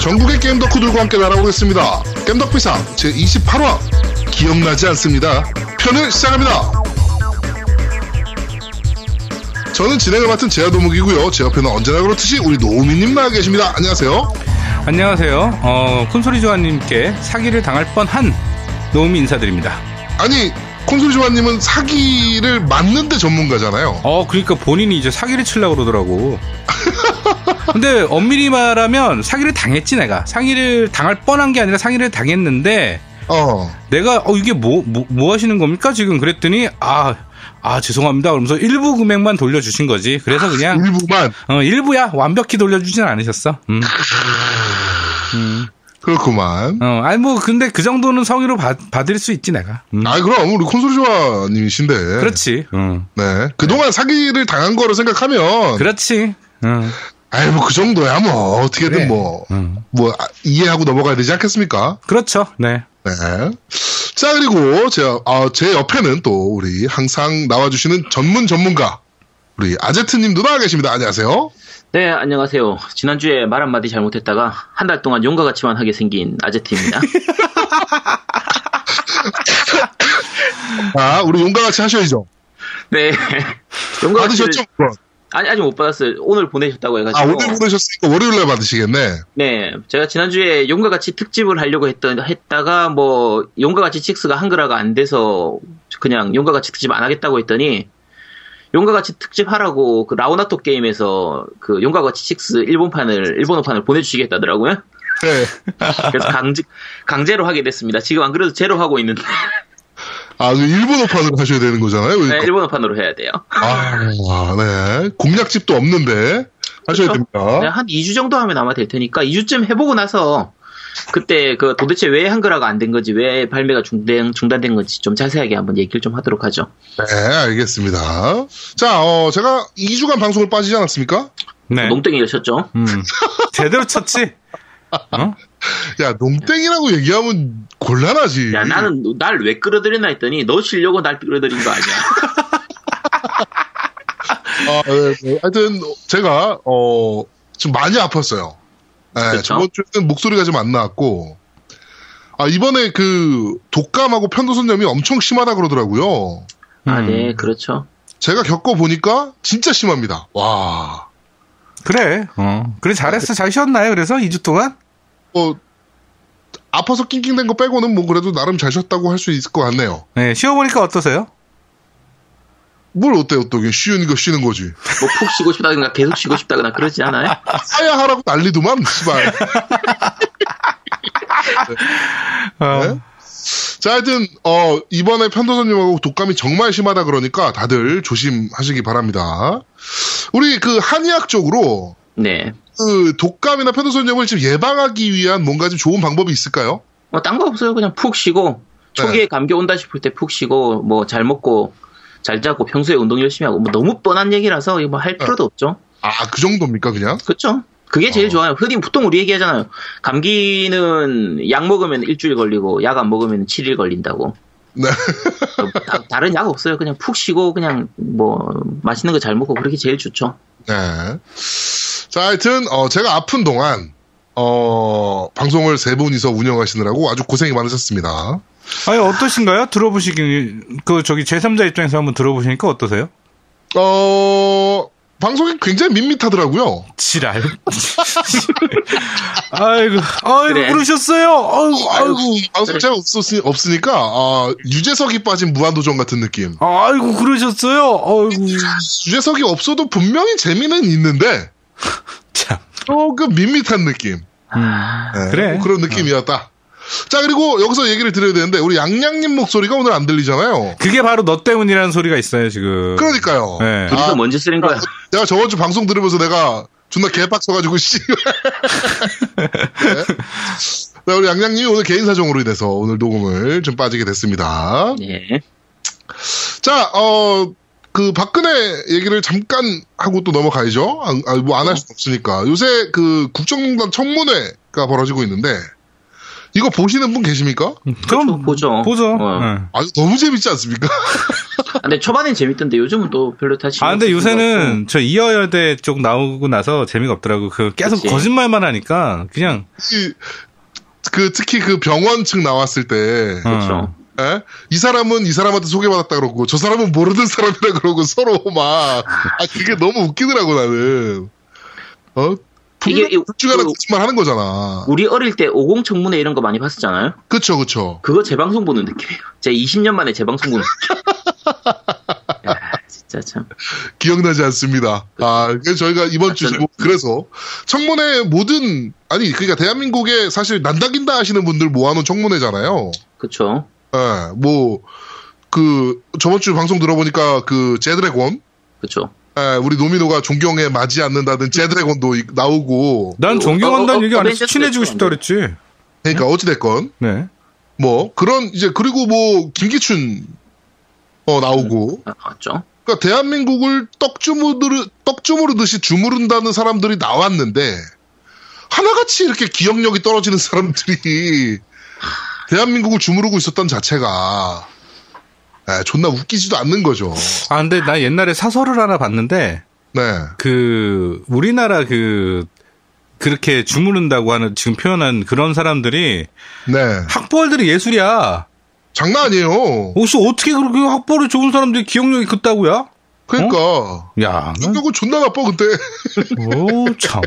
전국의 게임 덕후들과 함께 날아오겠습니다. 게임 덕비상 제 28화 기억나지 않습니다. 편을 시작합니다. 저는 진행을 맡은 제아도목이고요. 제 옆에는 언제나 그렇듯이 우리 노우미님 나와 계십니다. 안녕하세요. 안녕하세요. 어, 콘솔이 조아님께 사기를 당할 뻔한 노미 인사드립니다. 아니 콘솔 조아님은 사기를 맞는데 전문가잖아요. 어, 그러니까 본인이 이제 사기를 치려고 그러더라고. 근데 엄밀히 말하면 사기를 당했지 내가. 사기를 당할 뻔한 게 아니라 사기를 당했는데 어. 내가 어 이게 뭐 뭐 하시는 겁니까 지금 그랬더니 아 아, 죄송합니다. 그러면서 일부 금액만 돌려주신 거지. 그래서 그냥, 일부만 어, 일부야. 완벽히 돌려주진 않으셨어. 음. 음. 그렇구만. 어, 아니, 뭐, 근데 그 정도는 성의로 받, 받을 수 있지, 내가. 음. 아 그럼 우리 콘솔 조아님이신데. 그렇지. 응. 네. 그동안 사기를 당한 거로 생각하면 그렇지. 어. 응. 아이 뭐 그 정도야 뭐 어떻게든 그래. 음. 뭐, 응. 뭐 아, 이해하고 넘어가야 되지 않겠습니까? 그렇죠. 네. 네. 자 그리고 제, 아, 제 옆에는 또 우리 항상 나와주시는 전문 전문가 우리 아제트님도 나와 계십니다. 안녕하세요. 네, 안녕하세요. 지난주에 말 한마디 잘못했다가 한 달 동안 용과 같이만 하게 생긴 아제트입니다. 아 우리 용과 같이 하셔야죠. 네. 용과 같이. 받으셨죠? 물론? 아니, 아직 못 받았어요. 오늘 보내셨다고 해가지고. 아 오늘 보내셨으니까 월요일날 받으시겠네. 네. 제가 지난주에 용과 같이 특집을 하려고 했던, 했다가 뭐, 용과 같이 6가 한글화가 안 돼서 그냥 용과 같이 특집 안 하겠다고 했더니 용과 같이 특집 하라고 그 라오나토 게임에서 그 용과 같이 6 일본판을, 일본어판을 보내주시겠다더라고요. 네. 그래서 강제, 강제로 하게 됐습니다. 지금 안 그래도 제로 하고 있는데. 아주 그 일본어판을 하셔야 되는 거잖아요. 네, 그러니까. 일본어판으로 해야 돼요. 아, 네. 공략집도 없는데 하셔야 그렇죠? 됩니다. 네, 한 2주 정도 하면 아마 될 테니까 2주쯤 해보고 나서 그때 그 도대체 왜 한글화가 안 된 건지 왜 발매가 중단, 중단된 건지 좀 자세하게 한번 얘기를 좀 하도록 하죠. 네, 알겠습니다. 자, 어, 제가 2주간 방송을 빠지지 않았습니까? 네. 농땡이를 쳤죠. 음. 제대로 쳤지? 어? 야, 농땡이라고 얘기하면 곤란하지. 야 나는 날 왜 끌어들이나 했더니 너 치려고 날 끌어들인 거 아니야. 아, 네, 네. 하여튼, 제가, 어, 좀 많이 아팠어요. 네, 그쵸? 저번 주에는 목소리가 좀 안 나왔고, 아, 이번에 그, 독감하고 편도선염이 엄청 심하다 그러더라고요. 아, 음. 네, 그렇죠. 제가 겪어보니까 진짜 심합니다. 와. 그래. 어. 그래, 잘했어. 잘 쉬었나요? 그래서 2주 동안? 뭐, 아파서 낑낑댄 거 빼고는 뭐 그래도 나름 잘 쉬었다고 할 수 있을 것 같네요. 네, 쉬어보니까 어떠세요? 뭘 어때요, 또. 이게 쉬운 거 쉬는 거지. 뭐 푹 쉬고 싶다거나 계속 쉬고 싶다거나 그러지 않아요? 사야 하라고 난리도만, 씨발. 어. 네? 자, 하여튼, 어, 이번에 편도선님하고 독감이 정말 심하다 그러니까 다들 조심하시기 바랍니다. 우리 그 한의학 쪽으로 네. 그 독감이나 편도선염을 지금 예방하기 위한 뭔가 좀 좋은 방법이 있을까요? 뭐 딴 거 없어요. 그냥 푹 쉬고 초기에 네. 감기 온다 싶을 때 푹 쉬고 뭐 잘 먹고 잘 자고 평소에 운동 열심히 하고 뭐 너무 뻔한 얘기라서 이거 뭐할 네. 필요도 없죠. 아, 그 정도입니까, 그냥? 그렇죠. 그게 제일 어. 좋아요. 흔히 보통 우리 얘기하잖아요. 감기는 약 먹으면 일주일 걸리고 약 안 먹으면 7일 걸린다고. 네. 다, 른약 없어요. 그냥 푹 쉬고 그냥 뭐 맛있는 거 잘 먹고 그렇게 제일 좋죠. 네. 자, 하여튼, 어, 제가 아픈 동안, 어, 방송을 세 분이서 운영하시느라고 아주 고생이 많으셨습니다. 아니, 어떠신가요? 들어보시기, 그, 저기, 제3자 입장에서 한번 들어보시니까 어떠세요? 어, 방송이 굉장히 밋밋하더라고요. 지랄. 아이고, 아이고, 그래. 그러셨어요 아이고, 아이고, 아이고. 방송 제가 없었으니, 없으니까, 아, 유재석이 빠진 무한도전 같은 느낌. 아이고, 그러셨어요? 아이고. 유재석이 없어도 분명히 재미는 있는데, 참. 조금 밋밋한 느낌. 네, 음. 그래. 뭐 그런 느낌이었다. 자, 그리고 여기서 얘기를 드려야 되는데, 우리 양양님 목소리가 오늘 안 들리잖아요. 그게 바로 너 때문이라는 소리가 있어요, 지금. 그러니까요. 네. 둘이서 아. 먼지 쓰는 거야. 내가 저번 주 방송 들으면서 내가 존나 개빡쳐가지고 씨. 네. 네, 우리 양양님이 오늘 개인 사정으로 인해서 오늘 녹음을 좀 빠지게 됐습니다. 네. 자, 어, 그 박근혜 얘기를 잠깐 하고 또 넘어가야죠. 뭐 안 할 수 없으니까 요새 그 국정농단 청문회가 벌어지고 있는데 이거 보시는 분 계십니까? 그럼 보죠. 보죠. 어. 네. 아주 너무 재밌지 않습니까? 근데 초반엔 재밌던데 요즘은 또 별로 다시. 아 근데 요새는 저 이어여대 쪽 나오고 나서 재미가 없더라고. 그 계속 그치. 거짓말만 하니까 그냥 이- 그 특히 그 병원 측 나왔을 때 어. 그렇죠. 에? 이 사람은 이 사람한테 소개받았다 그러고 저 사람은 모르는 사람이라 그러고 서로 막 아, 그게 너무 웃기더라고 나는 어 이게 이게 주가 그- 거짓말 하는 거잖아 우리 어릴 때 오공 청문회 이런 거 많이 봤었잖아요. 그쵸 그쵸 그거 재방송 보는 느낌이에요. 제가 20년 만에 재방송 보는 느낌. 야, 진짜 참. 기억나지 않습니다 아 그래서 저희가 이번 주 맞아요. 제목 그래서 청문회 모든 아니 그러니까 대한민국에 사실 난다긴다 하시는 분들 모아놓은 청문회잖아요 그쵸. 예뭐그 저번 주 방송 들어보니까 그 제드래곤 그쵸. 예, 우리 노미노가 존경에 맞지 않는다는 제드래곤도 이- 나오고 난 어, 존경한다는 어, 어, 얘기 안 해서 어벤져스 친해지고 싶다 그랬지. 그러니까 어찌됐건 네. 뭐 그런 이제 그리고 뭐 김기춘 어 나오고 아, 맞죠. 그러니까 대한민국을 떡주무르 떡주무르듯이 주무른다는 사람들이 나왔는데 하나같이 이렇게 기억력이 떨어지는 사람들이 대한민국을 주무르고 있었던 자체가 에, 존나 웃기지도 않는 거죠. 아 근데 나 옛날에 사설을 하나 봤는데 네, 그 우리나라 그 그렇게 주무른다고 하는 지금 표현한 그런 사람들이 네, 학벌들이 예술이야. 장난 아니에요. 혹시 어떻게 그렇게 학벌이 좋은 사람들이 기억력이 그따구야? 그러니까 야, 기억력은 존나 나빠 근데 오 참.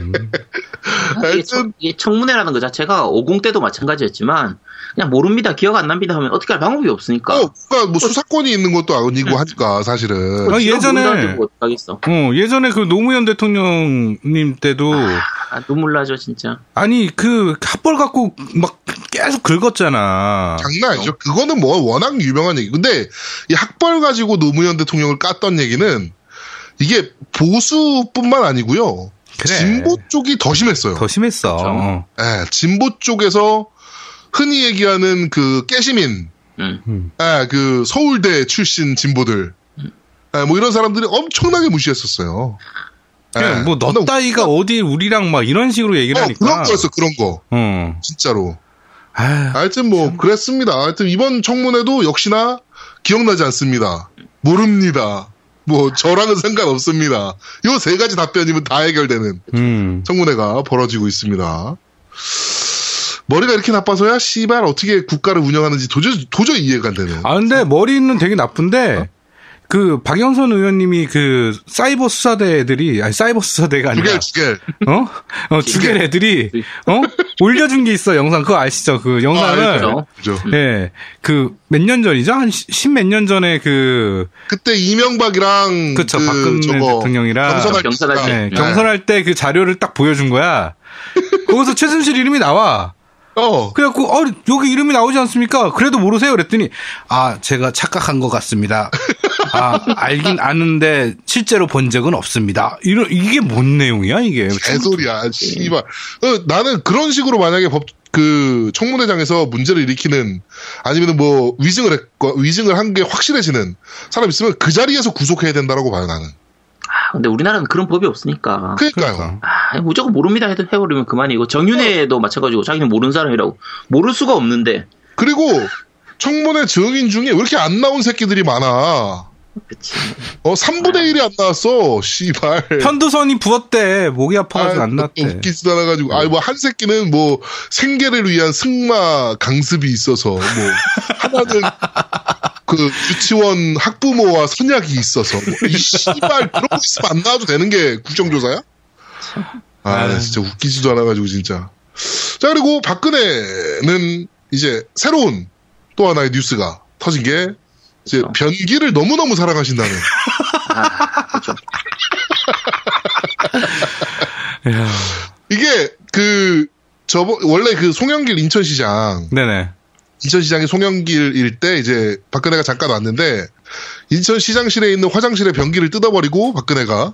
이게, 청, 이게 청문회라는 것 자체가 50 때도 마찬가지였지만 그냥 모릅니다. 기억 안 납니다 하면 어떻게 할 방법이 없으니까. 아, 어, 그러니까 뭐 수사권이 있는 것도 아니고 하니까 사실은 아, 예전에- 어떡하겠어. 어 예전에 그 노무현 대통령님 때도 아, 눈물 나죠 진짜. 아니 그 학벌 갖고 막 계속 긁었잖아. 장난 아니죠. 그거는 뭐 워낙 유명한 얘기. 근데 이 학벌 가지고 노무현 대통령을 깠던 얘기는 이게 보수뿐만 아니고요. 그래. 진보 쪽이 더 심했어요. 더 심했어. 그렇죠. 어. 예, 진보 쪽에서 흔히 얘기하는 그 깨시민, 음. 예, 그 서울대 출신 진보들, 예, 뭐 이런 사람들이 엄청나게 무시했었어요. 그냥 뭐 너 따위가 어디 우리랑 막 이런 식으로 얘기를 예. 어, 하니까. 그런 거였어, 그런 거. 어. 진짜로. 아, 하여튼 뭐 그랬습니다. 하여튼 이번 청문회도 역시나 기억나지 않습니다. 모릅니다. 뭐 저랑은 상관없습니다. 요 세 가지 답변이면 다 해결되는 음. 청문회가 벌어지고 있습니다. 머리가 이렇게 나빠서야 씨발 어떻게 국가를 운영하는지 도저히 도저히 이해가 안 되는. 아 근데 머리는 되게 어? 나쁜데 그 박영선 의원님이 그 사이버 수사대 애들이 아니 사이버 수사대가 아니라 주겔 주겔. 어? 어 주겔 애들이 어 올려준 게 있어 영상 그거 아시죠 그 영상을 알죠. 그죠. 예, 그 몇 년 전이죠? 한 십 몇 년 전에 그 그때 이명박이랑 그쵸, 박근혜 대통령이랑 경선할 경선할 때가- 때. 예, 네. 경선할 때 그 자료를 딱 보여준 거야. 거기서 최순실 이름이 나와. 어 그래갖고 어, 여기 이름이 나오지 않습니까? 그래도 모르세요. 그랬더니 아 제가 착각한 것 같습니다. 아 알긴 아는데 실제로 본 적은 없습니다. 이런 이게 뭔 내용이야 이게? 개소리야, 씨발. 어, 나는 그런 식으로 만약에 법, 그, 청문회장에서 문제를 일으키는, 아니면 뭐, 위증을 했고, 위증을 한 게 확실해지는 사람 있으면 그 자리에서 구속해야 된다라고 봐요, 나는. 아, 근데 우리나라는 그런 법이 없으니까. 그니까요. 아, 무조건 모릅니다 해도 해버리면 그만이고 정윤회도 마찬가지고 자기는 모르는 사람이라고 모를 수가 없는데. 그리고 청문회 증인 중에 왜 이렇게 안 나온 새끼들이 많아. 그치. 어, 3분의 1이 안 나왔어, 씨발. 편도선이 부었대. 목이 아파가지고 아이, 안 났대. 웃기지도 않아가지고. 아, 뭐, 한 새끼는 뭐, 생계를 위한 승마 강습이 있어서, 뭐, 하나는 그 유치원 학부모와 선약이 있어서, 뭐, 이 씨발, 그런 거 있으면 안 나와도 되는 게 국정조사야? 아, 진짜 웃기지도 않아가지고, 진짜. 자, 그리고 박근혜는 이제 새로운 또 하나의 뉴스가 터진 게, 이제 그렇죠. 변기를 너무너무 사랑하신다는. 아, 그렇죠. 이야, 이게 그, 저번, 원래 그 송영길 인천시장, 네네. 인천시장이 송영길일 때 이제 박근혜가 잠깐 왔는데 인천시장실에 있는 화장실의 변기를 뜯어버리고 박근혜가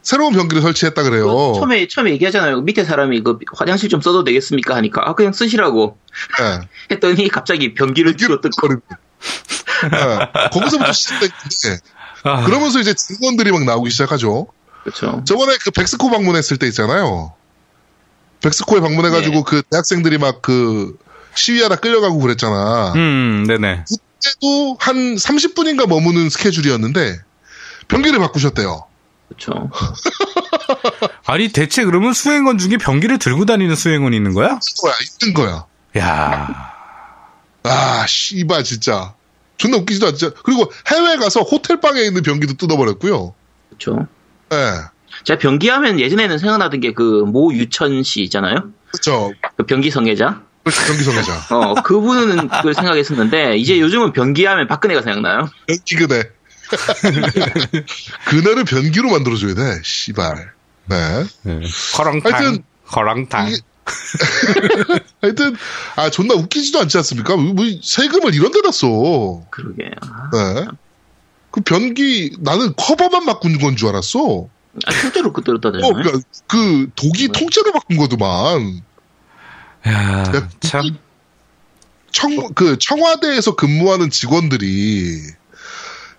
새로운 변기를 설치했다 그래요. 처음에 처음에 얘기하잖아요. 밑에 사람이 그 화장실 좀 써도 되겠습니까 하니까 아 그냥 쓰시라고 예. 했더니 갑자기 변기를 뒤로 뜯고. 예. 거기서부터 시작됐는데 아, 그러면서 이제 증언들이 막 나오기 시작하죠. 그렇죠. 저번에 그 백스코 방문했을 때 있잖아요. 백스코에 방문해가지고 네. 음. 그 대학생들이 막 그 시위하다 끌려가고 그랬잖아. 음, 네네. 때도 한 30분인가 머무는 스케줄이었는데 변기를 바꾸셨대요. 그렇죠. 아니 대체 그러면 수행원 중에 변기를 들고 다니는 수행원이 있는 거야? 있는 거야, 있는 거야. 야 아, 씨발 진짜. 존나 웃기지도 않죠. 그리고 해외 가서 호텔 방에 있는 변기도 뜯어버렸고요. 그렇죠. 예. 제가 변기하면 예전에는 생각나던 게 그 모 유천 씨 있잖아요. 그렇죠. 그 변기 성애자. 변기 성애자. 어, 그분은 그걸 생각했었는데 이제 요즘은 변기하면 박근혜가 생각나요. 변기 그대. 그날을 변기로 만들어줘야 돼. 씨발. 네. 예. 허랑탕 하여튼 허랑탕 이게- 하여튼 아 존나 웃기지도 않지 않습니까? 뭐, 뭐 세금을 이런 데다 써. 그러게. 아, 네. 그 변기 나는 커버만 바꾼 건 줄 알았어. 아, 실제로 그대로 어, 따져요. 그러니까 그 독이 통째로 바꾼 거더만. 그 야, 야참 청 그 청와대에서 근무하는 직원들이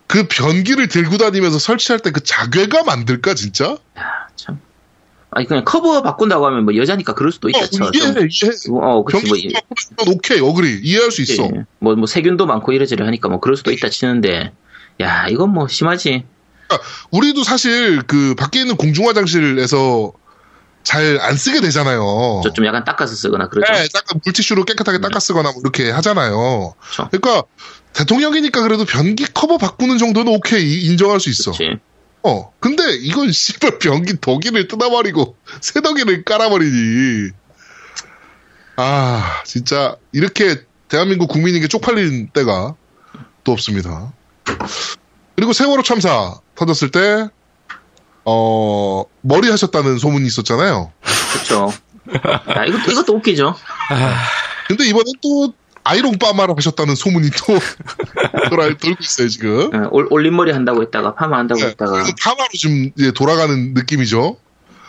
그 변기를 들고 다니면서 설치할 때 그 자괴감 안 들까 진짜? 참. 아니 그냥 커버 바꾼다고 하면 뭐 여자니까 그럴 수도 어, 있다. 쳐. 이해, 이해. 좀. 어, 그치, 뭐, 변기 바꾸면 오케이, 어그리 이해할 수 있어. 예. 뭐, 뭐, 세균도 많고 이러저러 하니까 뭐, 그럴 수도 있다 치는데, 야, 이건 뭐, 심하지. 그러니까 우리도 사실 그 밖에 있는 공중 화장실에서 잘 안 쓰게 되잖아요. 저 좀 약간 닦아서 쓰거나 그러죠. 어. 네, 닦아, 물티슈로 깨끗하게 닦아 쓰거나 뭐 이렇게 하잖아요. 그쵸. 그러니까 대통령이니까 그래도 변기 커버 바꾸는 정도는 오케이 이- 인정할 수 있어. 그치. 어, 근데 이건 씨발 변기 덕이를 뜯어버리고 새덕이를 깔아버리니. 아, 진짜 이렇게 대한민국 국민에게 쪽팔린 때가 또 없습니다. 그리고 세월호 참사 터졌을 때, 어, 머리 하셨다는 소문이 있었잖아요. 그쵸. 그렇죠. 야, 이것도, 이것도 웃기죠. 근데 이번엔 또 아이롱 빠마를 하셨다는 소문이 또 돌아, 돌고 있어요, 지금. 예, 올, 올림머리 한다고 했다가, 파마 한다고 네, 했다가. 그 파마로 지금 이제 돌아가는 느낌이죠.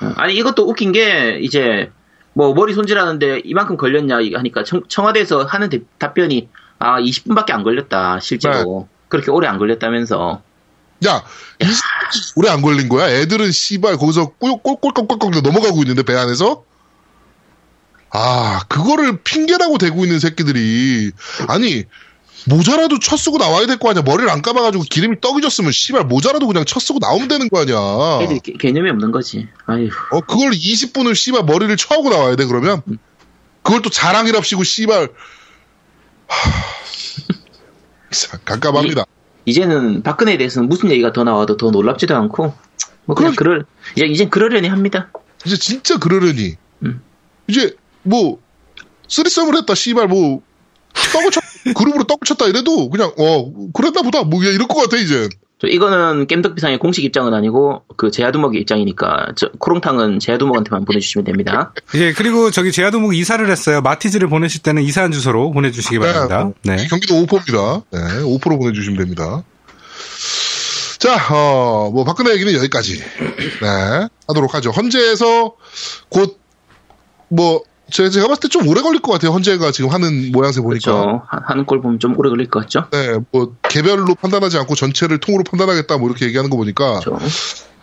예, 아니, 이것도 웃긴 게, 이제, 뭐, 머리 손질하는데 이만큼 걸렸냐 하니까, 청, 와대에서 하는 대- 답변이, 아, 20분밖에 안 걸렸다, 실제로. 그렇게 오래 안 걸렸다면서. 야, 이 새끼 오래 안 걸린 거야? 애들은 씨발 거기서 꿀- 꿀꿀꺽꺽꺽 넘어가고 있는데 배 안에서? 아, 그거를 핑계라고 대고 있는 새끼들이 아니 모자라도 쳐 쓰고 나와야 될 거 아니야? 머리를 안 감아가지고 기름이 떡이 졌으면 씨발 모자라도 그냥 쳐 쓰고 나오면 되는 거 아니야? 애들 개- 개념이 없는 거지. 아휴. 어, 그걸 20분을 씨발 머리를 쳐하고 나와야 돼 그러면? 그걸 또 자랑이랍시고 씨발 하... 깜깜합니다. 이제는 박근혜에 대해서는 무슨 얘기가 더 나와도 더 놀랍지도 않고 뭐 그냥 그럴 이제 이젠 그러려니 합니다. 이제 진짜 그러려니. 음. 이제 뭐 쓰리썸을 했다 씨발 뭐 떡을 쳤 그룹으로 떡을 쳤다 이래도 그냥 어 그랬나 보다 뭐 그냥 이럴 것 같아 이제 저 이거는 겜덕비상의 공식 입장은 아니고 그 제야두목의 입장이니까 저 코롱탕은 제야두목한테만 보내주시면 됩니다. 예 그리고 저기 제야도목 이사를 했어요 마티즈를 보내실 때는 이사한 주소로 보내주시기 바랍니다 네 경기도 오포입니다 네 오포로 보내주시면 됩니다 자어뭐 박근혜 얘기는 여기까지 네 하도록 하죠 헌재에서 곧 뭐 제가, 제가 봤을 때 좀 오래 걸릴 것 같아요 헌재가 지금 하는 모양새 보니까 그렇죠. 하- 하는 꼴 보면 좀 오래 걸릴 것 같죠? 네, 뭐 개별로 판단하지 않고 전체를 통으로 판단하겠다 뭐 이렇게 얘기하는 거 보니까 저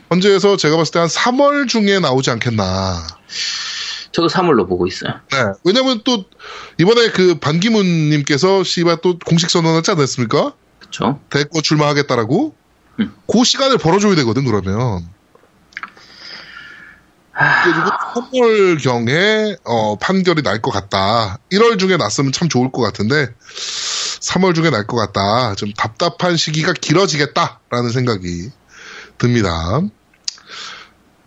현재에서 제가 봤을 때 한 3월 중에 나오지 않겠나. 저도 사물로 보고 있어요. 네. 왜냐면 또 이번에 그 반기문님께서 씨발 또 공식 선언하지 않았습니까? 그렇죠. 대거 출마하겠다라고. 음. 그 시간을 벌어줘야 되거든 그러면. 그리고 3월 경에 어, 판결이 날 것 같다. 1월 중에 났으면 참 좋을 것 같은데 3월 중에 날 것 같다. 좀 답답한 시기가 길어지겠다라는 생각이 듭니다.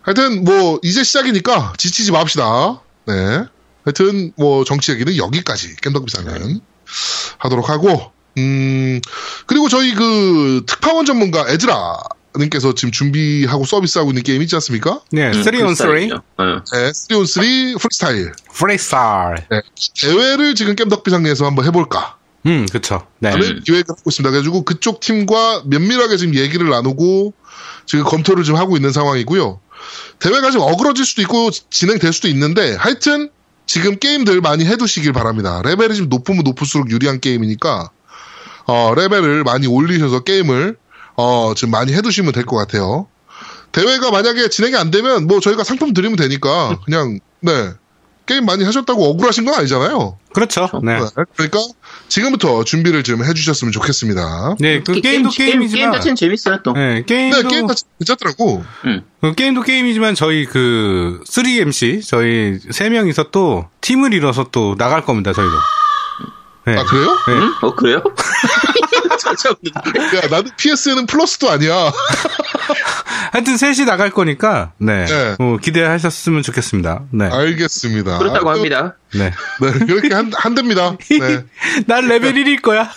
하여튼 뭐 이제 시작이니까 지치지 맙시다. 네. 하여튼 뭐 정치 얘기는 여기까지 깸덕비상은 하도록 하고 음 그리고 저희 그 특파원 전문가 에즈라 님께서 지금 준비하고 서비스하고 있는 게임 있지 않습니까? 네, 음, 그3 on 3 응. 네, 3온3 프리스타일. 프리스타일 네. 대회를 지금 겜덕비상에서 한번 해볼까? 음 그쵸 네 라는 기획을 하고 있습니다. 그래가지고 그쪽 팀과 면밀하게 지금 얘기를 나누고 지금 검토를 지금 하고 있는 상황이고요. 대회가 지금 어그러질 수도 있고 진행될 수도 있는데 하여튼 지금 게임들 많이 해두시길 바랍니다. 레벨이 지금 높으면 높을수록 유리한 게임이니까 어, 레벨을 많이 올리셔서 게임을 어, 지금 많이 해두시면 될 것 같아요. 대회가 만약에 진행이 안 되면 뭐 저희가 상품 드리면 되니까 그냥 네 게임 많이 하셨다고 억울하신 건 아니잖아요. 그렇죠. 네. 네. 그러니까 지금부터 준비를 좀 해주셨으면 좋겠습니다. 네, 그 게임도 게임, 게임, 게임 게임이지만. 자체는 재밌어요 또. 네, 네, 게임도, 게임 자체 괜찮더라고. 음. 그 게임도 게임이지만 저희 그 3MC, 저희 세명이서또 팀을 이뤄서 또 나갈 겁니다, 저희도. 네. 아, 그래요? 네. 음? 어 그래요? 찾아봤는데. 야, 나는 PS는 플러스도 아니야. 하여튼 셋이 나갈 거니까, 네. 네. 어, 기대하셨으면 좋겠습니다. 네. 알겠습니다. 그렇다고 아, 또- 합니다. 네. 네, 그렇게 한, 한답니다. 네. 난 레벨 1일 거야.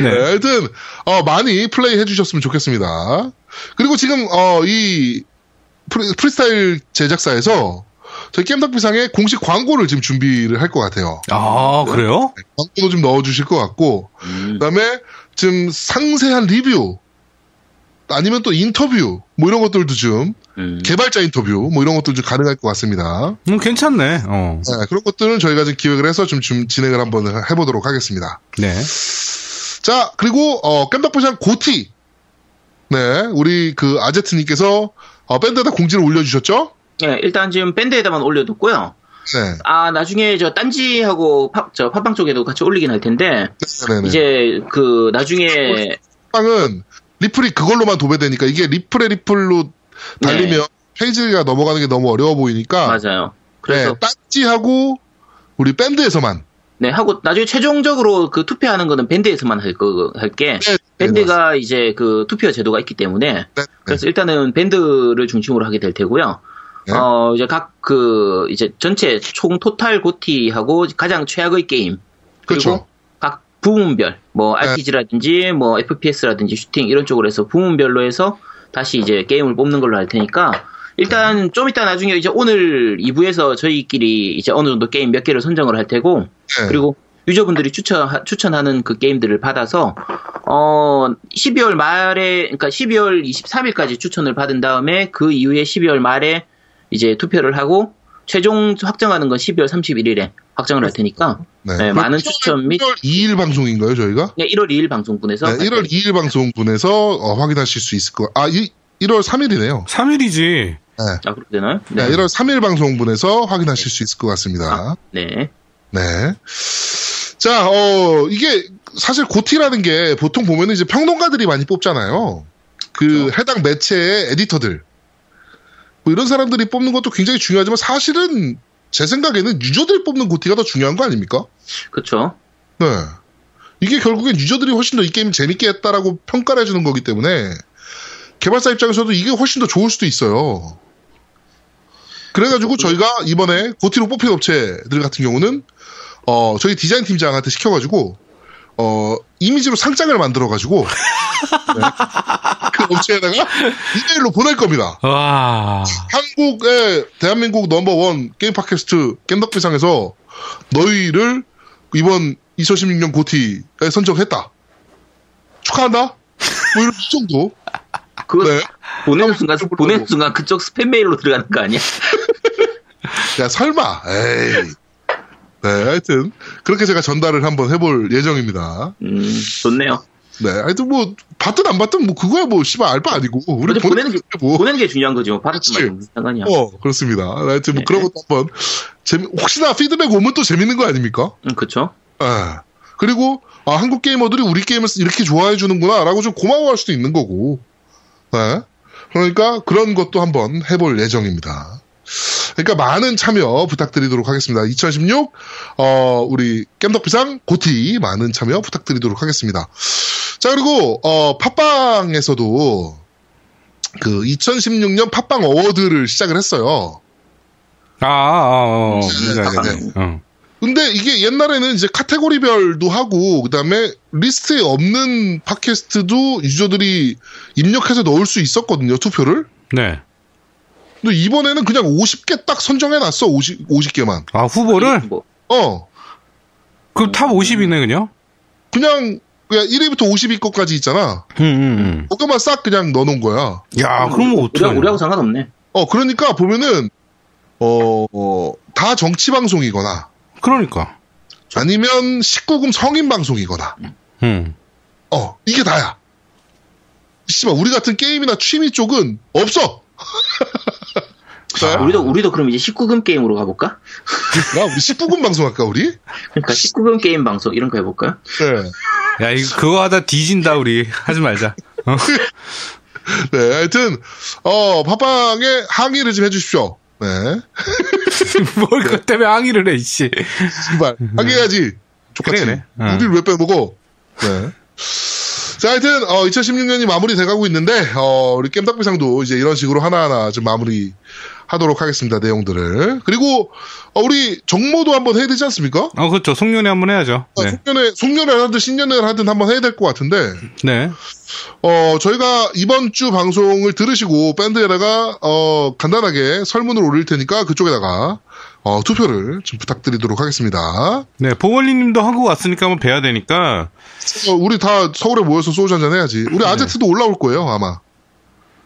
네, 네. 하여튼 어, 많이 플레이 해주셨으면 좋겠습니다. 그리고 지금 어, 이 프리, 프리스타일 제작사에서 저희 게임덕비상에 공식 광고를 지금 준비를 할 것 같아요. 아, 그래요? 광고도 좀 넣어주실 것 같고 그다음에 지금 상세한 리뷰 아니면 또 인터뷰 뭐 이런 것들도 좀 음. 개발자 인터뷰 뭐 이런 것도 좀 가능할 것 같습니다. 음, 괜찮네. 어. 네, 그런 것들은 저희가 지금 기획을 해서 좀, 좀 진행을 한번 해보도록 하겠습니다. 네. 자, 그리고 어, 깜덕보장 고티. 네, 우리 그 아제트님께서 어, 밴드에다 공지를 올려주셨죠? 예, 일단 지금 밴드에다만 올려뒀고요. 네, 아 나중에 저 딴지하고 팝, 저 팝빵 쪽에도 같이 올리긴 할 텐데 네네. 이제 그 나중에 빵은 리플이 그걸로만 도배되니까 이게 리플에 리플로 달리면 페이지가 넘어가는 게 너무 어려워 보이니까 네. 맞아요. 네, 그래서 딴지하고 우리 밴드에서만 네 하고 나중에 최종적으로 그 투표하는 거는 밴드에서만 할 거 할게 네, 네, 밴드가 이제 그 투표 제도가 있기 때문에 네, 네. 그래서 일단은 밴드를 중심으로 하게 될 테고요. 네. 어 이제 각 그 이제 전체 총 토탈 고티하고 가장 최악의 게임 그렇죠. 각 부문별 뭐 네. RPG라든지 뭐 FPS라든지 슈팅 이런 쪽으로 해서 부문별로 해서 다시 이제 게임을 뽑는 걸로 할 테니까 일단 좀 이따 나중에 이제 오늘 2부에서 저희끼리 이제 어느 정도 게임 몇 개를 선정을 할 테고 네. 그리고 유저분들이 추천 추천하는 그 게임들을 받아서 어 12월 말에 그러니까 12월 23일까지 추천을 받은 다음에 그 이후에 12월 말에 이제 투표를 하고 최종 확정하는 건 12월 31일에 확정을 할 테니까 네. 네, 많은 추천 및 1월 2일 방송인가요, 저희가? 네, 1월 2일 방송분에서 네, 1월 2일 방송분에서 어, 확인하실 수 있을 거. 아, 이, 1월 3일이네요. 3일이지. 아, 그렇게 되나요? 네, 1월 3일 방송분에서 확인하실 수 있을 것 같습니다. 네. 네. 자, 어, 이게 사실 고티라는 게 보통 보면 이제 평론가들이 많이 뽑잖아요. 그 해당 매체의 에디터들. 뭐 이런 사람들이 뽑는 것도 굉장히 중요하지만 사실은 제 생각에는 유저들 뽑는 고티가 더 중요한 거 아닙니까? 그렇죠. 네. 이게 결국엔 유저들이 훨씬 더 이 게임 재밌게 했다라고 평가를 해주는 거기 때문에 개발사 입장에서도 이게 훨씬 더 좋을 수도 있어요. 그래가지고 저희가 이번에 고티로 뽑힌 업체들 같은 경우는 어, 저희 디자인 팀장한테 시켜가지고 어, 이미지로 상장을 만들어가지고 네. 그 업체에다가 이메일로 보낼 겁니다. 와. 한국의 대한민국 넘버원 게임 팟캐스트 겜덕비상에서 너희를 이번 2016년 고티에 선정했다. 축하한다. 뭐 이런 정도. 그 네. 보내는 순간 그쪽으로 보내는 하고. 순간 그쪽 스팸 메일로 들어가는 거 아니야? 야 설마. 에이. 네, 하여튼 그렇게 제가 전달을 한번 해볼 예정입니다. 음, 좋네요. 네, 하여튼 뭐 봤든 안 봤든 뭐 그거야 뭐 씨발 알바 아니고 우리 근데 보내는 보내는 게 게- 뭐. 보내는 게 중요한 거지 뭐 받았지 그치. 말고 무슨 상관이야. 어 그렇습니다. 하여튼 뭐 네. 그런 것도 한번 재미 혹시나 피드백 오면 또 재밌는 거 아닙니까? 음, 그렇죠. 예. 그리고 아, 한국 게이머들이 우리 게임을 이렇게 좋아해 주는구나라고 좀 고마워할 수도 있는 거고. 예. 그러니까 그런 것도 한번 해볼 예정입니다. 그러니까 많은 참여 부탁드리도록 하겠습니다. 2016 어, 우리 겜덕비상 고티 많은 참여 부탁드리도록 하겠습니다. 자 그리고 어, 팟빵에서도 그 2016년 팟빵 어워드를 시작을 했어요. 아, 아, 어, 뭔지 네, 알겠네. 어. 근데 이게 옛날에는 이제 카테고리별도 하고 그다음에 리스트에 없는 팟캐스트도 유저들이 입력해서 넣을 수 있었거든요 투표를. 네. 근데 이번에는 그냥 50개 딱 선정해 놨어 50 50개만. 아, 후보를? 뭐 어 그럼 탑 50이네, 그냥? 그냥 그냥 1위부터 50위 것까지 있잖아. 음, 음, 그것만 싹 그냥 넣어놓은 거야. 음. 야, 그럼 뭐 어떡해. 우리하고, 우리하고 상관없네. 어 그러니까 보면은 어, 어다 정치 방송이거나 그러니까. 아니면 19금 성인 방송이거나. 음. 어, 이게 다야. 씨발, 우리 같은 게임이나 취미 쪽은 없어! 진짜요? 네, 우리도 우리도 그럼 이제 19금 게임으로 가볼까? 야, 우리 19금 방송할까, 우리? 아, 그러니까 19금 게임 방송 이런 거 해볼까요? 네. 야, 이거 그거 하다 뒤진다, 우리. 하지 말자. 어? 네, 하여튼, 어, 팟빵에 항의를 좀 해주십시오. 네. 뭘, 그것 때문에 항의를 해, 이씨. 제발. 항의해야지. 똑같이. 음. 그래, 그래. 어. 우리를 왜 빼먹어? 네. 자, 하여튼, 어, 2016년이 마무리 돼가고 있는데, 어, 우리 겜닭비상도 이제 이런 식으로 하나하나 좀 마무리 하도록 하겠습니다, 내용들을. 그리고, 어, 우리 정모도 한번 해야 되지 않습니까? 어, 그렇죠. 송년회 한번 해야죠. 어, 아, 네. 송년회, 송년회 하든 신년회 하든 한번 해야 될 것 같은데, 네. 어, 저희가 이번 주 방송을 들으시고 밴드에다가 어, 간단하게 설문을 올릴 테니까 그쪽에다가 어, 투표를 좀 부탁드리도록 하겠습니다. 네. 보원리 님도 한국 왔으니까 한번 뵈야 되니까. 어, 우리 다 서울에 모여서 소주 한잔 해야지. 우리 아제트도 올라올 거예요, 아마.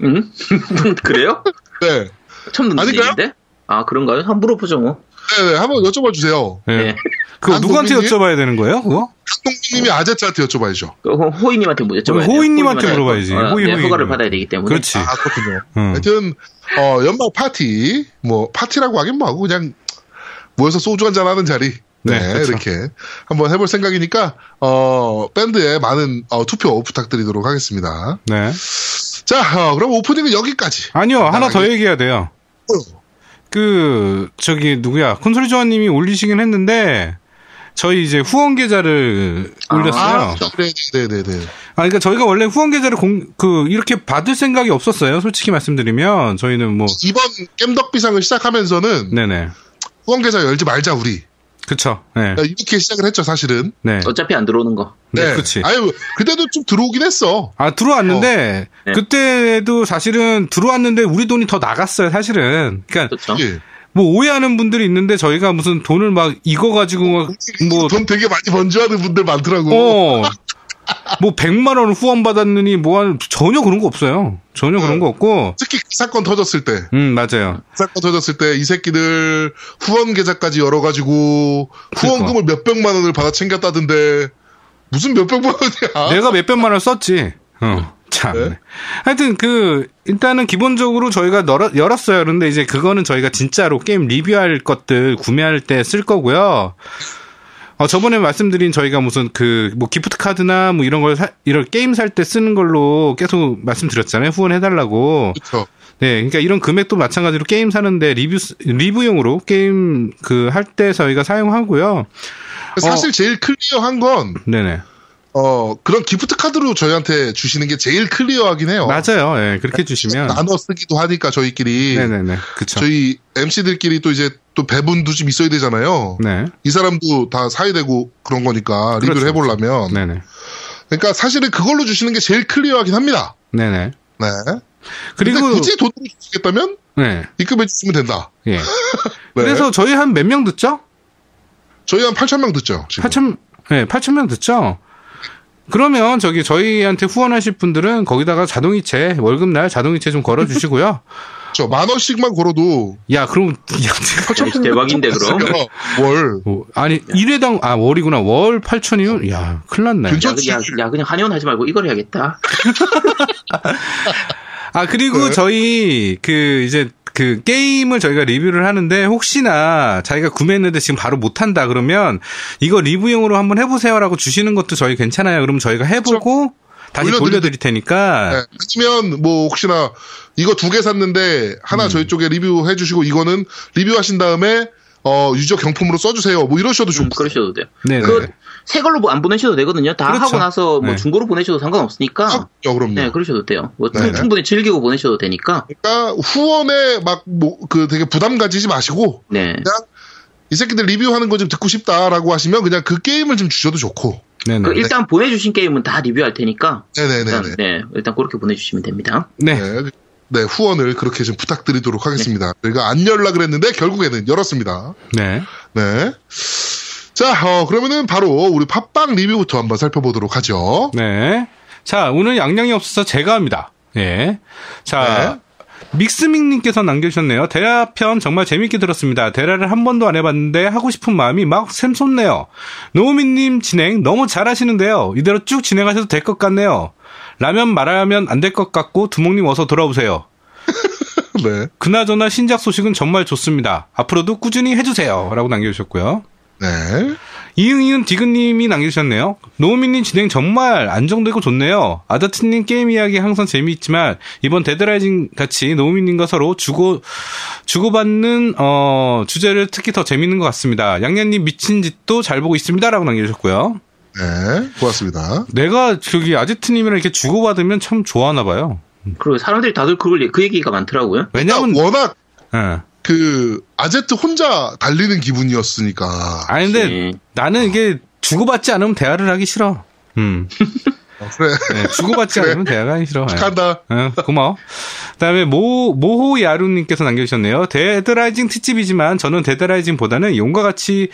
응? 음? 그래요? 네. 처음 듣는 아닐까요? 얘기인데? 아 그런가요? 한번 물어보죠 뭐. 네, 네. 한번 여쭤봐 주세요. 네. 네. 그거 안 누구한테 보이니? 여쭤봐야 되는 거예요, 그거? 강동님이 아제트한테 여쭤봐야죠. 그 호- 호이님한테 뭐 여쭤봐야 돼요. 호이님한테 물어봐야지. 어, 호이, 네, 호이. 허가를 받아야 되기 때문에. 그렇지. 아, 그렇군요. 음. 하여튼, 어, 연말 파티, 뭐, 파티라고 하긴 뭐하고, 그냥 모여서 소주 한잔 하는 자리. 네, 네, 그쵸. 이렇게 한번 해볼 생각이니까, 어, 밴드에 많은 어, 투표 부탁드리도록 하겠습니다. 네. 자, 어, 그럼 오프닝은 여기까지. 아니요. 예. 하나 더 얘기해야 돼요. 네, 그 저기 누구야 콘솔이 조아님이 올리시긴 했는데 저희 이제 후원 계좌를 아, 올렸어요. 아, 아, 네, 네, 네, 네. 그러니까 저희가 원래 후원 계좌를 공, 그 이렇게 받을 생각이 없었어요. 솔직히 말씀드리면 저희는 뭐 이번 겜덕비상을 시작하면서는 네네 후원계좌 열지 말자, 우리. 그쵸. 네. 야, 이렇게 시작을 했죠, 사실은. 네. 어차피 안 들어오는 거. 네. 그치. 아니, 뭐, 그때도 좀 들어오긴 했어. 아 들어왔는데 네. 그때도 사실은 들어왔는데 우리 돈이 더 나갔어요. 사실은. 그러니까 그렇죠. 예. 뭐 오해하는 분들이 있는데 저희가 무슨 돈을 막 이거 가지고 막뭐 돈 되게 많이 번져하는 분들 많더라고. 어. 뭐 100만 원을 후원 받았느니 뭐한 전혀 그런 거 없어요. 전혀 그런 거 없고. 특히 그 사건 터졌을 때. 음, 맞아요. 사건 터졌을 때 이 새끼들 후원 계좌까지 열어가지고 그러니까. 후원금을 몇 백만 원을 받아 챙겼다던데 무슨 몇 백만 원이야? 내가 몇백만 원 썼지. 어. 참. 어? 네. 하여튼 그 일단은 기본적으로 저희가 널어- 열었어요. 그런데 이제 그거는 저희가 진짜로 게임 리뷰할 것들 구매할 때 쓸 거고요. 어, 저번에 말씀드린 저희가 무슨 그 뭐 기프트 카드나 뭐 이런 걸 사- 이런 게임 살 때 쓰는 걸로 계속 말씀드렸잖아요. 후원해 달라고. 그렇죠. 네, 그러니까 이런 금액도 마찬가지로 게임 사는데 리뷰 리뷰용으로 게임 그 할 때 저희가 사용하고요. 사실 제일 클리어한 건 네네 어, 그런 기프트 카드로 저희한테 주시는 게 제일 클리어하긴 해요. 맞아요. 예, 그렇게 주시면 나눠 쓰기도 하니까 저희끼리 네네네 그쵸. 저희 MC들끼리 또 이제 또 배분도 좀 있어야 되잖아요. 네 이 사람도 다 사야 되고 그런 거니까 리뷰를 그렇죠. 해보려면 네네 그러니까 사실은 그걸로 주시는 게 제일 클리어하긴 합니다. 네네 네. 그리고 근데 굳이 돈을 주겠다면 네 입금해 주시면 된다. 예. 네. 그래서 저희 한 몇 명 듣죠? 저희 한 8천 명 듣죠. 지금. 8천 네 8천 명 듣죠. 그러면 저기 저희한테 후원하실 분들은 거기다가 자동이체 월급 날 자동이체 좀 걸어주시고요. 그렇죠. 만 원씩만 걸어도 야 그럼 야, 야, 이씨, 대박인데 예, 그럼. 월 뭐, 아니 일회당 아 월이구나 월 8천이요? 야 큰일 났네. 괜찮- 야, 그- 야, 야, 그냥 한의원하지 말고 이걸 해야겠다. 아 그리고 네. 저희 그 이제 그 게임을 저희가 리뷰를 하는데 혹시나 자기가 구매했는데 지금 바로 못 한다 그러면 이거 리뷰용으로 한번 해보세요라고 주시는 것도 저희 괜찮아요. 그럼 저희가 해보고 다시 올려드리- 돌려드릴 테니까 네. 아니면 뭐 혹시나 이거 두 개 샀는데 하나 음. 저희 쪽에 리뷰해 주시고 이거는 리뷰하신 다음에 어 유저 경품으로 써주세요. 뭐 이러셔도 좋고. 좀 음, 그러셔도 돼요. 네. 네. 그 새 걸로 안 보내셔도 되거든요. 다 그렇죠. 하고 나서 뭐 네. 중고로 보내셔도 상관없으니까. 아, 그럼요. 네, 그러셔도 돼요. 뭐 네. 충분히 즐기고 보내셔도 되니까. 그러니까 후원에 막 뭐 그 되게 부담 가지지 마시고 네. 그냥 이 새끼들 리뷰하는 거 좀 듣고 싶다라고 하시면 그냥 그 게임을 좀 주셔도 좋고. 네. 그 네. 일단 보내주신 게임은 다 리뷰할 테니까. 네네네. 일단, 네. 네, 일단 그렇게 보내주시면 됩니다. 네. 네. 네, 후원을 그렇게 좀 부탁드리도록 하겠습니다. 저희가 안 열라 그랬는데 결국에는 열었습니다. 네. 네. 자, 어, 그러면은 바로 우리 팟빵 리뷰부터 한번 살펴보도록 하죠. 네. 자, 오늘 양양이 없어서 제가 합니다. 예. 자. 믹스밍님께서 남겨주셨네요. 대라편 정말 재밌게 들었습니다. 대라를 한 번도 안 해봤는데 하고 싶은 마음이 막 샘솟네요. 노우미님 진행 너무 잘하시는데요. 이대로 쭉 진행하셔도 될 것 같네요. 라면 말하면 안 될 것 같고 두목님 어서 돌아오세요. 네. 그나저나 신작 소식은 정말 좋습니다. 앞으로도 꾸준히 해주세요. 라고 남겨주셨고요. 네. 이응이은 디그님이 남겨주셨네요. 노우미님 진행 정말 안정되고 좋네요. 아다트님 게임 이야기 항상 재미있지만 이번 데드라이징 같이 노우미님과 서로 주고 주고받는 어, 주제를 특히 더 재밌는 것 같습니다. 양양님 미친 짓도 잘 보고 있습니다라고 남겨주셨고요. 네. 고맙습니다. 내가 저기 아지트님이랑 이렇게 주고받으면 참 좋아하나 봐요. 그리고 사람들이 다들 그걸 그 얘기가 많더라고요. 왜냐면 그러니까 워낙 예. 그 아제트 혼자 달리는 기분이었으니까. 아니 근데 예. 나는 이게 주고받지 않으면 대화를 하기 싫어. 음. 아, 그래. 네, 주고받지 않으면 대화가 하기 싫어. 예. 간다. 응, 고마워. 그다음에 모 모호야루님께서 남겨주셨네요. 데드라이징 특집이지만 저는 데드라이징보다는 용과 같이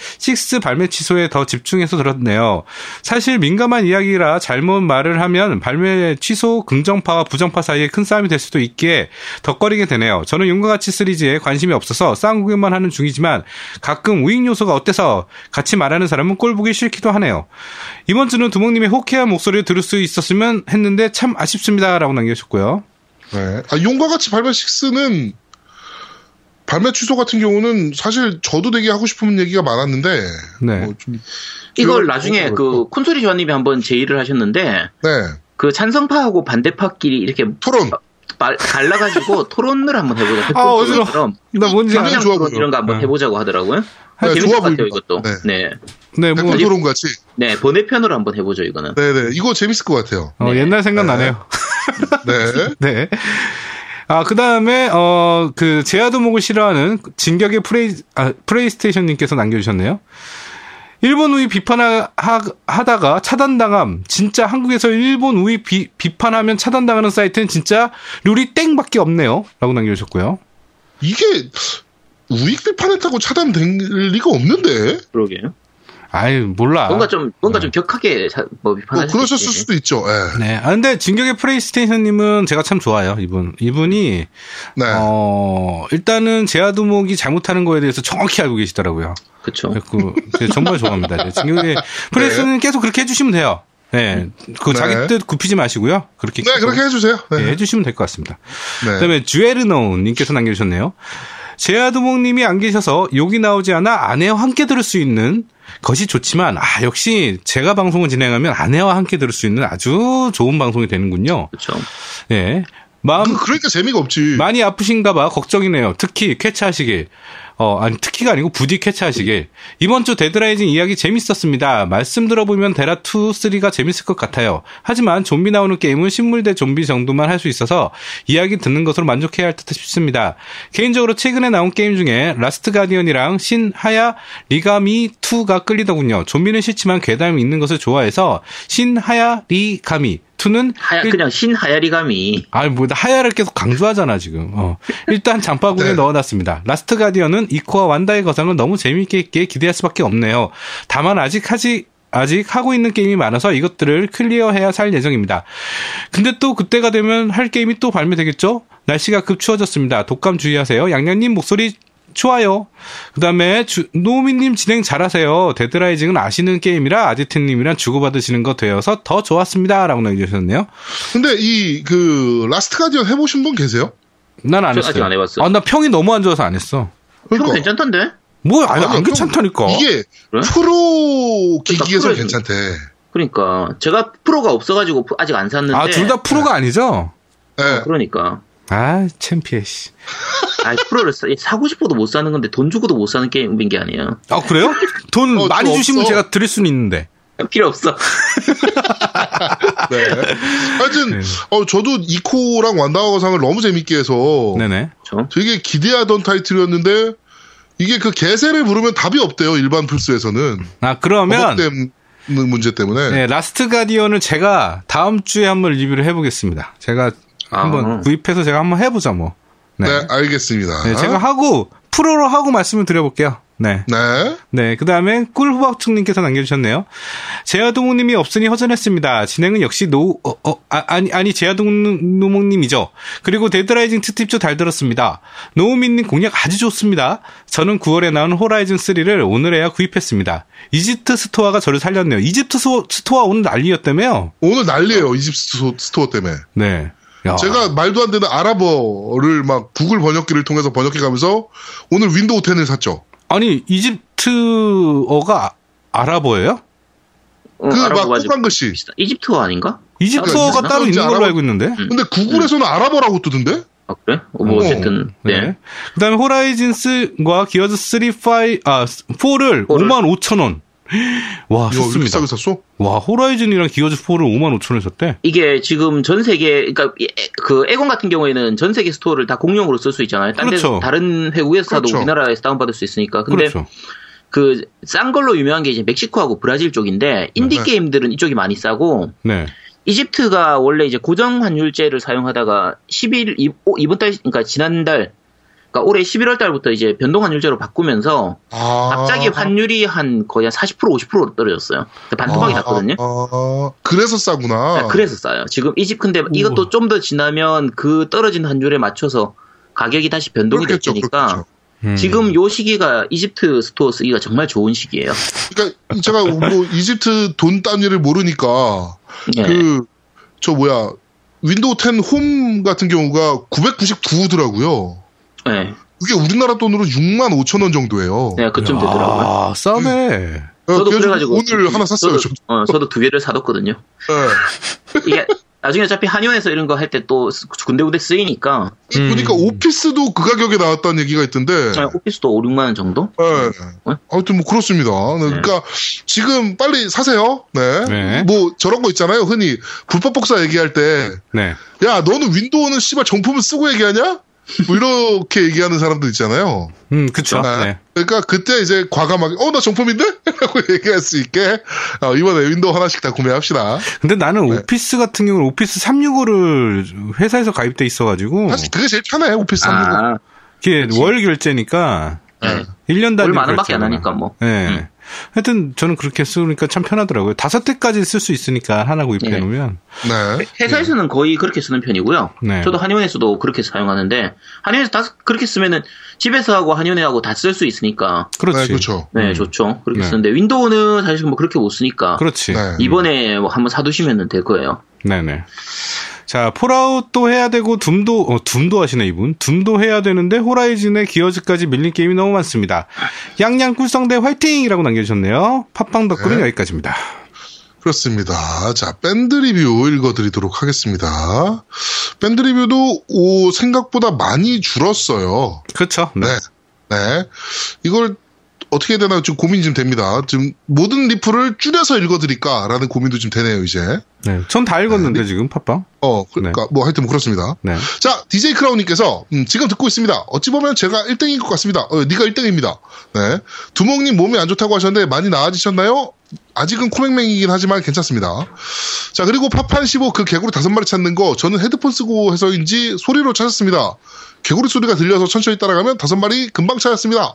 6 발매 취소에 더 집중해서 들었네요. 사실 민감한 이야기라 잘못 말을 하면 발매 취소 긍정파와 부정파 사이에 큰 싸움이 될 수도 있기에 덧거리게 되네요. 저는 용과 같이 시리즈에 관심이 없어서 싸움 구경만 하는 중이지만 가끔 우익 요소가 어때서 같이 말하는 사람은 꼴 보기 싫기도 하네요. 이번 주는 두목님의 호쾌한 목소리를 들을 수 있었으면 했는데 참 아쉽습니다라고 남겨주셨고요. 네. 아, 용과 같이 발매 6는 발매 취소 같은 경우는 사실 저도 되게 하고 싶은 얘기가 많았는데. 네. 뭐 좀, 이걸 그런- 나중에 그 그렇고. 콘솔이 조아님이 한번 제의를 하셨는데 네. 그 찬성파하고 반대파끼리 이렇게 토론. 말- 갈라가지고 토론을 한번 해보자. 아, 어지러워. 그럼 나 뭔지 알아요. 상장 좋아 토론 보여. 이런 거 한번 네. 해보자고 하더라고요. 네, 재밌을 좋아 것 같아요 보입니다. 이것도. 네. 네. 네, 뭐 약간 토론 같이. 네, 번외편으로 한번 해보죠 이거는. 네네. 이거 재밌을 것 같아요. 어, 네. 옛날 생각 나네요. 네. 네. 아, 그 다음에, 어, 그, 제아도목을 싫어하는 진격의 프레이, 아, 프레이스테이션님께서 남겨주셨네요. 일본 우위 비판하다가 차단당함. 진짜 한국에서 일본 우위 비, 비판하면 차단당하는 사이트는 진짜 룰이 땡밖에 없네요. 라고 남겨주셨고요. 이게 우익 비판했다고 차단될 리가 없는데. 그러게요. 아유, 몰라. 뭔가 좀 뭔가 좀 격하게 자- 뭐뭐 비판하실 수 그러셨을 있지. 수도 있죠. 예. 네. 아, 근데 진격의 프레이스테이션님은 제가 참 좋아요, 이분. 이분이, 네. 어, 일단은 제아도목이 잘못하는 거에 대해서 정확히 알고 계시더라고요. 그쵸. 그래갖고 제가 정말 좋아합니다. 네, 진격의 프레스는 계속 그렇게 해주시면 돼요. 네. 그 네. 자기 뜻 굽히지 마시고요. 그렇게. 네, 그렇게 해주세요. 네. 예, 해주시면 될 것 같습니다. 네. 그다음에 주에르노님께서 남겨주셨네요. 제아두목님이 안 계셔서 욕이 나오지 않아 아내와 함께 들을 수 있는 것이 좋지만 아 역시 제가 방송을 진행하면 아내와 함께 들을 수 있는 아주 좋은 방송이 되는군요. 그쵸. 예. 마음 그, 그러니까 재미가 없지. 많이 아프신가 봐 걱정이네요. 특히 쾌차하시길. 어, 아니, 특히가 아니고 부디 쾌차하시길. 이번 주 데드라이징 이야기 재밌었습니다. 말씀 들어보면 데라2, 3가 재밌을 것 같아요. 하지만 좀비 나오는 게임은 식물 대 좀비 정도만 할 수 있어서 이야기 듣는 것으로 만족해야 할 듯 싶습니다. 개인적으로 최근에 나온 게임 중에 라스트 가디언이랑 신하야 리가미2가 끌리더군요. 좀비는 싫지만 괴담이 있는 것을 좋아해서 신하야 리가미 2는 하야 그냥 신 하야리감이 아니 뭐 하야를 계속 강조하잖아 지금. 어. 일단 장바구니에 네. 넣어놨습니다. 라스트 가디언은 이코와 완다의 거상을 너무 재미있게 있게 기대할 수밖에 없네요. 다만 아직 하지 아직 하고 있는 게임이 많아서 이것들을 클리어해야 살 예정입니다. 근데 또 그때가 되면 할 게임이 또 발매되겠죠? 날씨가 급 추워졌습니다. 독감 주의하세요. 양양님 목소리 좋아요. 그 다음에 노미님 진행 잘하세요. 데드라이징은 아시는 게임이라 아지트님이랑 주고받으시는 거 되어서 더 좋았습니다. 라고 남겨주셨네요. 근데 이 그 라스트 가디언 해보신 분 계세요? 난 안 저 했어요. 아직 안 해봤어요. 아, 나 평이 너무 안 좋아서 안 했어. 좀 괜찮던데? 뭐, 아니, 아니요, 안 괜찮다니까. 좀 이게 그래? 프로 기기에서 네? 프로에서. 괜찮대. 그러니까 제가 프로가 없어가지고 아직 안 샀는데. 아, 둘 다 프로가 네. 아니죠? 예. 그러니까. 아, 챔피해, 씨. 아 프로를 사, 사고 싶어도 못 사는 건데 돈 주고도 못 사는 게임인 게 아니에요. 아, 그래요? 돈 어, 많이 좀 주시면 없어. 제가 드릴 수는 있는데. 필요 없어. 네. 하여튼 네. 어 저도 이코랑 완다와상을 너무 재밌게 해서 네네. 저 되게 기대하던 타이틀이었는데 이게 그 개세를 부르면 답이 없대요 일반 플스에서는 아, 그러면, 번역된 문제 어, 뭐 때문에 네, 라스트 가디언을 제가 다음 주에 한번 리뷰를 해보겠습니다. 제가 한번 아. 구입해서 제가 한번 해보자, 뭐. 네. 네, 알겠습니다. 네, 제가 하고, 프로로 하고 말씀을 드려볼게요. 네. 네. 네, 그 다음에 꿀호박죽님께서 남겨주셨네요. 제아동우님이 없으니 허전했습니다. 진행은 역시 노, 어, 어, 아, 아니, 아니, 제아동우님이죠. 그리고 데드라이징 특집도 잘 들었습니다. 노우민님 공략 아주 좋습니다. 저는 9월에 나온 호라이즌3를 오늘에야 구입했습니다. 이집트 스토어가 저를 살렸네요. 이집트 소- 스토어 오늘 난리였다며요? 오늘 난리예요 이집트 스토- 스토어 때문에. 네. 야, 제가 말도 안 되는 아랍어를 막 구글 번역기를 통해서 번역해가면서 오늘 윈도우 10을 샀죠. 아니 이집트어가 아랍어예요? 어, 그 막 알아보고 아주 호빵 글씨. 비슷하- 이집트어 아닌가? 이집트어가 따로 따로 있나? 있는 걸로 아랍어- 알고 있는데. 음. 근데 구글에서는 아랍어라고 뜨던데? 아 그래? 어, 뭐 어, 어쨌든 네. 음. 네. 그다음에 호라이즌스와 기어즈 3, 5, 아 4를 5만 5천 원. 와 이거 왜 이렇게 아, 좋습니다. 싸게 샀어? 와 호라이즌이랑 기어즈 4를 5만 5천 원에 샀대. 이게 지금 전 세계 그러니까 이- 에- 그 에곤 같은 경우에는 전 세계 스토어를 다 공용으로 쓸 수 있잖아요. 딴 데서 그렇죠. 다른 회국에서 사도 그렇죠. 우리나라에서 다운받을 수 있으니까. 근데 그렇죠. 그 싼 걸로 유명한 게 이제 멕시코하고 브라질 쪽인데 인디 네. 게임들은 이쪽이 많이 싸고 네. 이집트가 원래 이제 고정 환율제를 사용하다가 11 이- 오- 이번 달 그러니까 지난달 그러니까 올해 11월 달부터 이제 변동 환율제로 바꾸면서 아. 갑자기 환율이 한 거의 한 40% 50%로 떨어졌어요. 그러니까 반토막이 났거든요. 아, 아, 그래서 싸구나. 아, 그래서 싸요. 지금 이집 근데 이것도 좀 더 지나면 그 떨어진 환율에 맞춰서 가격이 다시 변동이 될 그렇겠죠, 테니까 그렇겠죠. 음. 지금 요 시기가 이집트 스토어 쓰기가 정말 좋은 시기예요. 그러니까 제가 뭐 이집트 돈 따위를 모르니까 예. 그 저 뭐야 윈도우 10 홈 같은 경우가 999더라고요. 예. 그게 우리나라 돈으로 6만 5천 원 정도예요. 예, 그쯤 되더라고요. 아 음. 싸네. 저도 어, 그래가지고 그래가지고 오늘 하나 샀어요. 저도, 어, 저도 두 개를 사뒀거든요. 저. 예. 이게 나중에 어차피 한의원에서 이런 거 할 때 또 군데군데 쓰이니까 음. 보니까 오피스도 그 가격에 나왔다는 얘기가 있던데. 어, 오피스도 5, 6만 원 정도? 네. 어? 아무튼 뭐 그렇습니다. 네, 그러니까 지금 빨리 사세요. 네. 네. 뭐 저런 거 있잖아요. 흔히 불법 복사 얘기할 때, 네. 야 너는 윈도우는 씨발 정품을 쓰고 얘기하냐? 뭐 이렇게 얘기하는 사람들 있잖아요. 음 그쵸. 네. 네. 그러니까 그때 이제 과감하게 어 나 정품인데? 라고 얘기할 수 있게 어, 이번에 윈도우 하나씩 다 구매합시다. 근데 나는 네. 오피스 같은 경우는 오피스 365를 회사에서 가입돼 있어가지고 사실 그게 제일 편해 오피스 하는 거. 아, 이게 월 결제니까 네. 예. 1년 단위 얼마 안 밖에 안 하니까 뭐. 네. 음. 하여튼 저는 그렇게 쓰니까 참 편하더라고요. 다섯 대까지 쓸 수 있으니까 하나 구입해 네. 놓으면 네. 회사에서는 거의 그렇게 쓰는 편이고요. 네. 저도 한의원에서도 그렇게 사용하는데 한의원에서 다 쓰- 그렇게 쓰면은 집에서 하고 한의원에하고 다 쓸 수 있으니까 그렇지. 네, 그렇죠. 네 음. 좋죠. 그렇게 네. 쓰는데 윈도우는 사실 뭐 그렇게 못 쓰니까 그렇지. 네. 이번에 뭐 한번 사두시면 될 거예요. 네네. 자, 폴아웃도 해야 되고, 둠도, 어, 둠도 하시네, 이분. 둠도 해야 되는데, 호라이즌의 기어즈까지 밀린 게임이 너무 많습니다. 양양 꿀성대 화이팅! 이라고 남겨주셨네요. 팝빵 덕분은 네. 여기까지입니다. 그렇습니다. 자, 밴드 리뷰 읽어드리도록 하겠습니다. 밴드 리뷰도 오, 생각보다 많이 줄었어요. 그쵸. 네. 네. 네. 이걸 어떻게 해야 되나 지금 고민이 좀 됩니다. 지금 모든 리플을 줄여서 읽어드릴까라는 고민도 좀 되네요, 이제. 네. 전 다 읽었는데, 지금 팝빵. 어, 그러니까 뭐 하여튼 뭐 그렇습니다. 네. 자, DJ 크라우님께서 음, 지금 듣고 있습니다. 어찌 보면 제가 1등인 것 같습니다. 어, 네가 1등입니다. 네. 두목님 몸이 안 좋다고 하셨는데 많이 나아지셨나요? 아직은 코맹맹이긴 하지만 괜찮습니다. 자, 그리고 파판 15 그 개구리 다섯 마리 찾는 거 저는 헤드폰 쓰고 해서인지 소리로 찾았습니다. 개구리 소리가 들려서 천천히 따라가면 다섯 마리 금방 찾았습니다.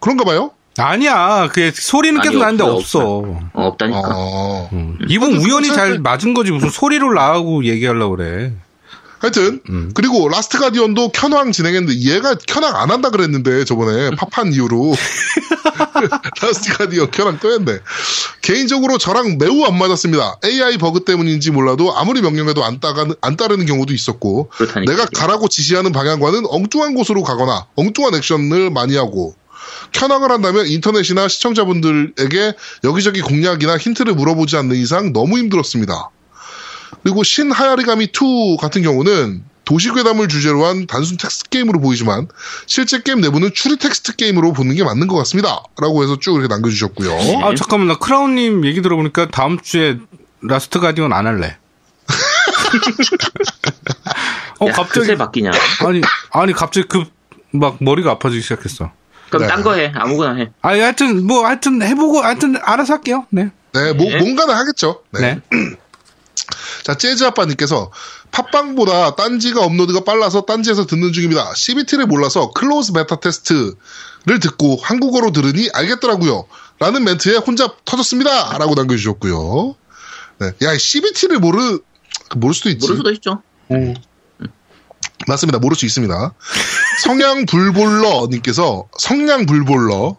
그런가 봐요? 아니야. 그 소리는 아니, 계속 나는데 없어요, 없어. 어, 없다니까. 어. 음. 이분 우연히 잘 맞은 거지. 무슨 소리로 나하고 얘기하려고 그래. 하여튼 그리고 라스트 가디언도 켠왕 진행했는데 얘가 켠왕 안 한다 그랬는데 저번에 파판 이후로 라스트 가디언 켠왕 또 했네 개인적으로 저랑 매우 안 맞았습니다 AI 버그 때문인지 몰라도 아무리 명령해도 안, 따가, 안 따르는 경우도 있었고 그렇다니까. 내가 가라고 지시하는 방향과는 엉뚱한 곳으로 가거나 엉뚱한 액션을 많이 하고 켠왕을 한다면 인터넷이나 시청자분들에게 여기저기 공략이나 힌트를 물어보지 않는 이상 너무 힘들었습니다. 그리고 신하야리가미 2 같은 경우는 도시괴담을 주제로 한 단순 텍스트 게임으로 보이지만 실제 게임 내부는 추리 텍스트 게임으로 보는 게 맞는 것 같습니다. 라고 해서 쭉 이렇게 남겨주셨고요. 네. 아, 잠깐만. 나 크라운님 얘기 들어보니까 다음 주에 라스트 가디언 안 할래. 어, 야, 갑자기. 글쎄 바뀌냐. 아니, 아니, 갑자기 그 막 머리가 아파지기 시작했어. 그럼 네. 딴 거 해. 아무거나 해. 아, 하여튼, 뭐, 하여튼 해보고, 하여튼 알아서 할게요. 네. 네, 뭐, 네. 뭔가는 하겠죠. 네. 네. 자, 재즈 아빠님께서 팟빵보다 딴지가 업로드가 빨라서 딴지에서 듣는 중입니다. CBT를 몰라서 클로즈 베타 테스트를 듣고 한국어로 들으니 알겠더라고요. 라는 멘트에 혼자 터졌습니다. 라고 남겨주셨고요. 네. 야, CBT를 모르, 모를 수도 있지. 모를 수도 있죠. 맞습니다. 모를 수 있습니다. 성향 불볼러님께서 성량 불볼러.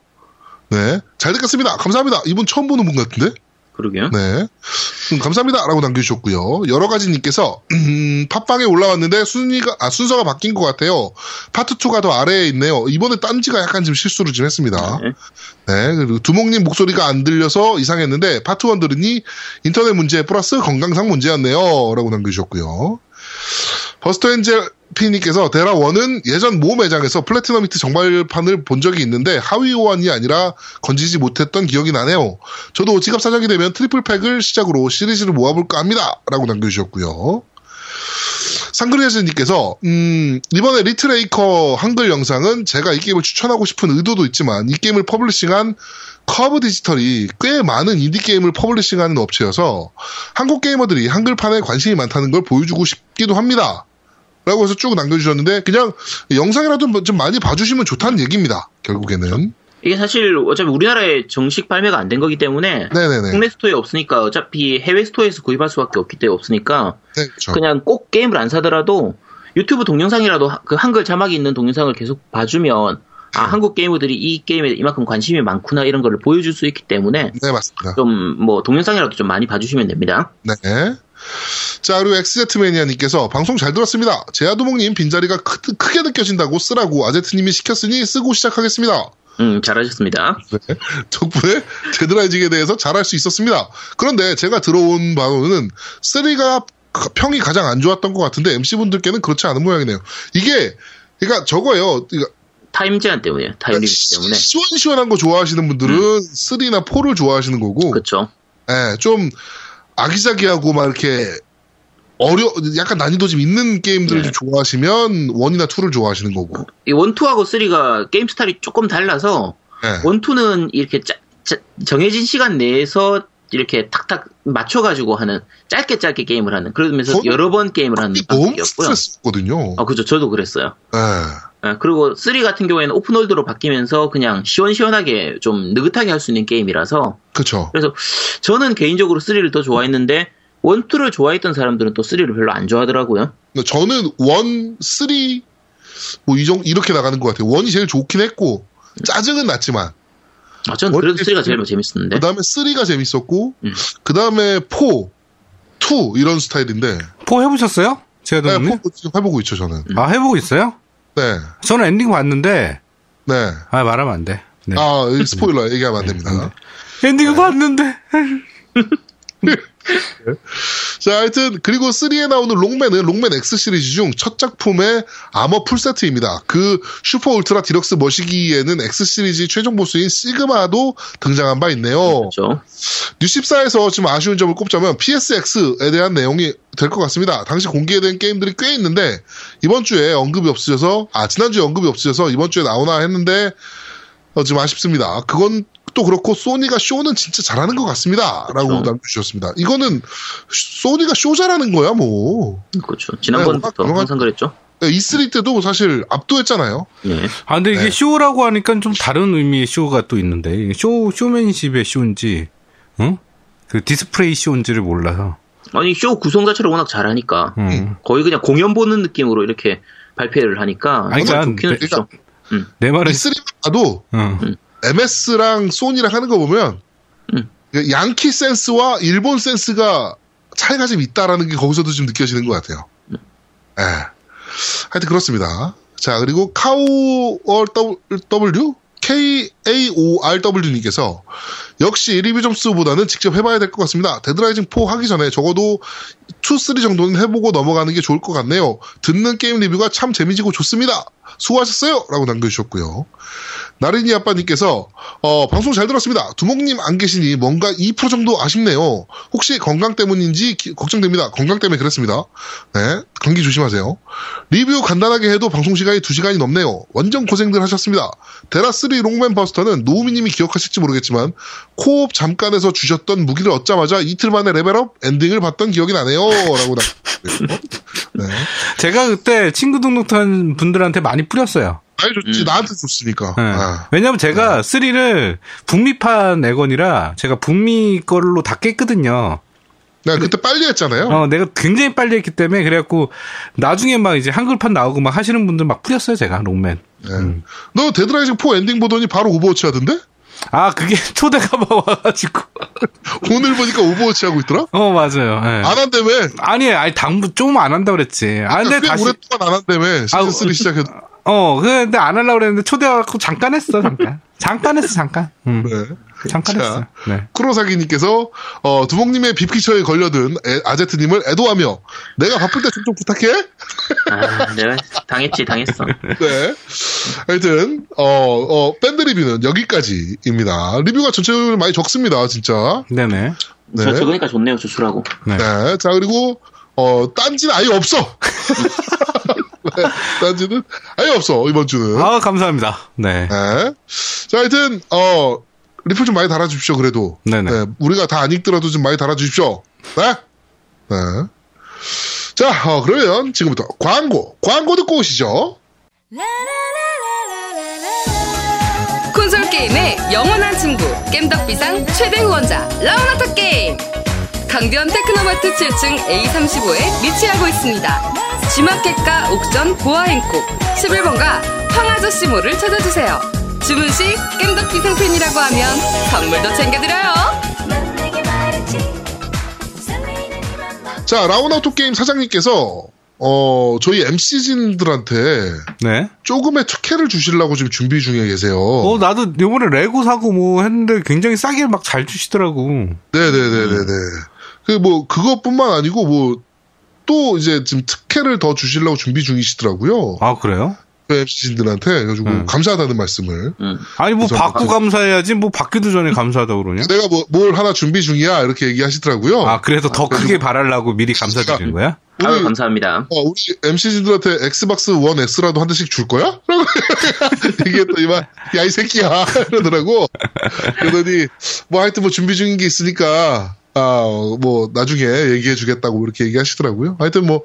네. 잘 듣겠습니다. 감사합니다. 이분 처음 보는 분 같은데? 그러게요. 네. 음, 감사합니다. 라고 남겨주셨고요. 여러 가지 님께서, 음, 팟빵에 올라왔는데 순위가, 아, 순서가 바뀐 것 같아요. 파트 2가 더 아래에 있네요. 이번에 딴지가 약간 좀 실수를 좀 했습니다. 네. 네. 그리고 두목님 목소리가 안 들려서 이상했는데, 파트 1 들으니 인터넷 문제 플러스 건강상 문제였네요. 라고 남겨주셨고요. 버스터 엔젤 피님께서 데라원은 예전 모 매장에서 플래티넘 히트 정발판을 본 적이 있는데 하위 호환이 아니라 건지지 못했던 기억이 나네요. 저도 오지갑 사장이 되면 트리플 팩을 시작으로 시리즈를 모아볼까 합니다. 라고 남겨주셨고요. 상그레즈님께서 음, 이번에 리트레이커 한글 영상은 제가 이 게임을 추천하고 싶은 의도도 있지만 이 게임을 퍼블리싱한 커브 디지털이 꽤 많은 인디 게임을 퍼블리싱하는 업체여서 한국 게이머들이 한글판에 관심이 많다는 걸 보여주고 싶기도 합니다. 라고 해서 쭉 남겨주셨는데 그냥 영상이라도 뭐 좀 많이 봐주시면 좋다는 얘기입니다. 결국에는 이게 사실 어차피 우리나라에 정식 발매가 안 된 거기 때문에 네네네. 국내 스토어에 없으니까 어차피 해외 스토어에서 구입할 수밖에 없기 때문에 없으니까 네, 그렇죠. 그냥 꼭 게임을 안 사더라도 유튜브 동영상이라도 하- 그 한글 자막이 있는 동영상을 계속 봐주면 아 음. 한국 게이머들이 이 게임에 이만큼 관심이 많구나 이런 걸 보여줄 수 있기 때문에 네 맞습니다. 좀 뭐 동영상이라도 좀 많이 봐주시면 됩니다. 네. 자, 그리고 엑스제트매니아님께서 방송 잘 들었습니다. 제아도목님 빈자리가 크, 크게 느껴진다고 쓰라고 아제트님이 시켰으니 쓰고 시작하겠습니다. 음 잘하셨습니다. 네. 덕분에 제드라이징에 대해서 잘할 수 있었습니다. 그런데 제가 들어온 바로는 3가 평이 가장 안 좋았던 것 같은데 MC분들께는 그렇지 않은 모양이네요. 이게, 그러니까 저거예요. 그러니까 타임 제한 때문에 타임 리미트 시- 때문에 음. 시원시원한 거 좋아하시는 분들은 3나 4를 좋아하시는 거고, 그렇죠. 예, 좀 아기자기하고 막 이렇게 어려 약간 난이도 좀 있는 게임들을 네. 좀 좋아하시면 원이나 투를 좋아하시는 거고. 이 원투하고 쓰리가 게임 스타일이 조금 달라서 예. 원투는 이렇게 짜- 짜- 정해진 시간 내에서 이렇게 탁탁 맞춰가지고 하는 짧게 짧게 게임을 하는 그러면서 저는 여러 번 게임을 하는 그게 너무 방식이었고요. 스트레스거든요. 아 그죠 저도 그랬어요. 예. 아, 그리고 3 같은 경우에는 오픈월드로 바뀌면서 그냥 시원시원하게 좀 느긋하게 할 수 있는 게임이라서 그렇죠. 그래서 저는 개인적으로 3를 더 좋아했는데 원투를 좋아했던 사람들은 또 3를 별로 안 좋아하더라고요. 저는 원, 쓰리 뭐 이정 이렇게 나가는 것 같아요. 원이 제일 좋긴 했고 음. 짜증은 났지만 아, 저는 그래도 원투, 3가 제일 재밌었는데. 그 다음에 쓰리가 재밌었고 음. 그 다음에 포, 투 이런 스타일인데 포 해보셨어요? 네, 제아도님? 포 지금 해보고 있죠 저는. 아, 해보고 있어요? 네, 저는 엔딩 봤는데, 네. 아, 말하면 안 돼. 네. 아 스포일러 얘기하면 안 됩니다. 엔딩 봤는데. 자, 하여튼 그리고 3에 나오는 롱맨은 롱맨 X 시리즈 중 첫 작품의 아머 풀세트입니다. 그 슈퍼 울트라 디럭스 머시기에는 X 시리즈 최종 보스인 시그마도 등장한 바 있네요. 그렇죠. 뉴14에서 좀 아쉬운 점을 꼽자면 PSX에 대한 내용이 될 것 같습니다. 당시 공개된 게임들이 꽤 있는데 이번 주에 언급이 없으셔서 아 지난주에 언급이 없으셔서 이번 주에 나오나 했는데 어, 좀 아쉽습니다. 그건 또 그렇고 소니가 쇼는 진짜 잘하는 것 같습니다라고 그렇죠. 남겨주셨습니다. 이거는 소니가 쇼 잘하는 거야 뭐 그렇죠. 네, 지난번부터 워낙- 항상 그랬죠. E3 때도 사실 압도했잖아요. 예. 아, 근데 이게 네. 쇼라고 하니까 좀 다른 의미의 쇼가 또 있는데, 이게 쇼, 쇼맨십의 쇼인지, 응? 그 디스플레이 쇼인지를 몰라서. 아니 쇼 구성 자체를 워낙 잘하니까 응. 음. 거의 그냥 공연 보는 느낌으로 이렇게 발표를 하니까 아니, 워낙 그러니까 좋기는 내- 좋죠. 내 말은, E3 E 봐도 응. 음. MS랑 소니랑 하는 거 보면 음. 그 양키 센스와 일본 센스가 차이가 좀 있다라는 게 거기서도 좀 느껴지는 것 같아요. 예. 하여튼 그렇습니다. 자 그리고 카오월 W K A O R W 님께서 역시 리뷰 점수보다는 직접 해봐야 될 것 같습니다. 데드라이징 4 하기 전에 적어도 2, 3 정도는 해보고 넘어가는 게 좋을 것 같네요. 듣는 게임 리뷰가 참 재미지고 좋습니다. 수고하셨어요! 라고 남겨주셨고요. 나린이 아빠님께서 어, 방송 잘 들었습니다. 두목님 안 계시니 뭔가 2% 정도 아쉽네요. 혹시 건강 때문인지 기- 걱정됩니다. 건강 때문에 그랬습니다. 네, 감기 조심하세요. 리뷰 간단하게 해도 방송 시간이 2시간이 넘네요. 완전 고생들 하셨습니다. 데라3 롱맨 버스터는 노우미님이 기억하실지 모르겠지만 코옵 잠깐에서 주셨던 무기를 얻자마자 이틀 만에 레벨업 엔딩을 봤던 기억이 나네요. 라고 나. 네. 제가 그때 친구 등록한 분들한테 많이 뿌렸어요. 아이 좋지 음. 나한테 좋으니까. 네. 아, 왜냐면 제가 쓰 3를 북미판 애건이라 제가 북미 걸로 다 깼거든요. 내가 그때 빨리 했잖아요. 어, 내가 굉장히 빨리 했기 때문에 그래갖고 나중에 막 이제 한글판 나오고 막 하시는 분들 막 뿌렸어요, 제가 롱맨. 예. 네. 너 데드라이징 4 엔딩 보더니 바로 오버워치 하던데? 아, 그게 초대가 막 와가지고. 오늘 보니까 오버워치 하고 있더라? 어, 맞아요. 예. 안 한다며. 아니, 아니, 당부 좀 안 한다 그랬지. 아, 근데 꽤 다시. 오랫동안 안 한다며. 아, 시즌3 시작해도. 어, 근데 안 하려고 그랬는데 초대하고 잠깐 했어, 잠깐. 잠깐 했어, 잠깐. 음, 네. 잠깐 자. 했어. 네. 크로사기님께서 어, 두목님의 빕피처에 걸려든 에- 아제트님을 애도하며 내가 바쁠 때 좀 부탁해. 아, 내가 당했지, 당했어. 네. 하여튼 어, 어, 밴드 리뷰는 여기까지입니다. 리뷰가 전체적으로 많이 적습니다, 진짜. 네네. 네. 저 적으니까 좋네요, 조수라고. 네. 네. 자 그리고 어, 딴지는 아예 없어. 네, 딴지는 아예 없어 이번 주는. 아, 감사합니다. 네. 네. 자 하여튼 어, 리플 좀 많이 달아주십시오. 그래도. 네네. 네, 우리가 다 안 읽더라도 좀 많이 달아주십시오. 네? 네. 자, 어, 그러면 지금부터 광고. 광고 듣고 오시죠. 콘솔 게임의 영원한 친구 겜덕비상 최대 후원자 라운하터 게임 강변 테크노마트 7층 A35에 위치하고 있습니다 G마켓과 옥전 보아행콕 11번가 황아저씨몰을 찾아주세요 주문 시 겜덕비상 팬이라고 하면 선물도 챙겨드려요 넌 내게 말했지 설레이는 이만 막 자, 라운아웃 게임 사장님께서, 어, 저희 MC진들한테 네. 조금의 특혜를 주시려고 지금 준비 중에 계세요. 어, 나도 요번에 레고 사고 뭐 했는데 굉장히 싸게 막 잘 주시더라고. 네네네네네. 그, 뭐, 그것뿐만 아니고, 뭐, 또 이제 지금 특혜를 더 주시려고 준비 중이시더라고요. 아, 그래요? 저희 MC진들한테. 그래가지고 감사하다는 말씀을. 음. 아니, 뭐 그래서 받고 아주- 감사해야지 뭐 받기도 전에 감사하다고 그러냐? 내가 뭐, 뭘 하나 준비 중이야. 이렇게 얘기하시더라고요. 아, 그래서 더 크게 바라려고 미리 감사드리는 거야? 아유, 우리- 감사합니다. 어, 우리 MC진들한테 엑스박스 원 S라도 한 대씩 줄 거야? 라고 이게 또 이만, 야, 이 새끼야. 이러더라고. 그러더니, 뭐 하여튼 뭐 준비 중인 게 있으니까, 아, 어, 뭐, 나중에 얘기해 주겠다고 이렇게 얘기하시더라고요. 하여튼 뭐,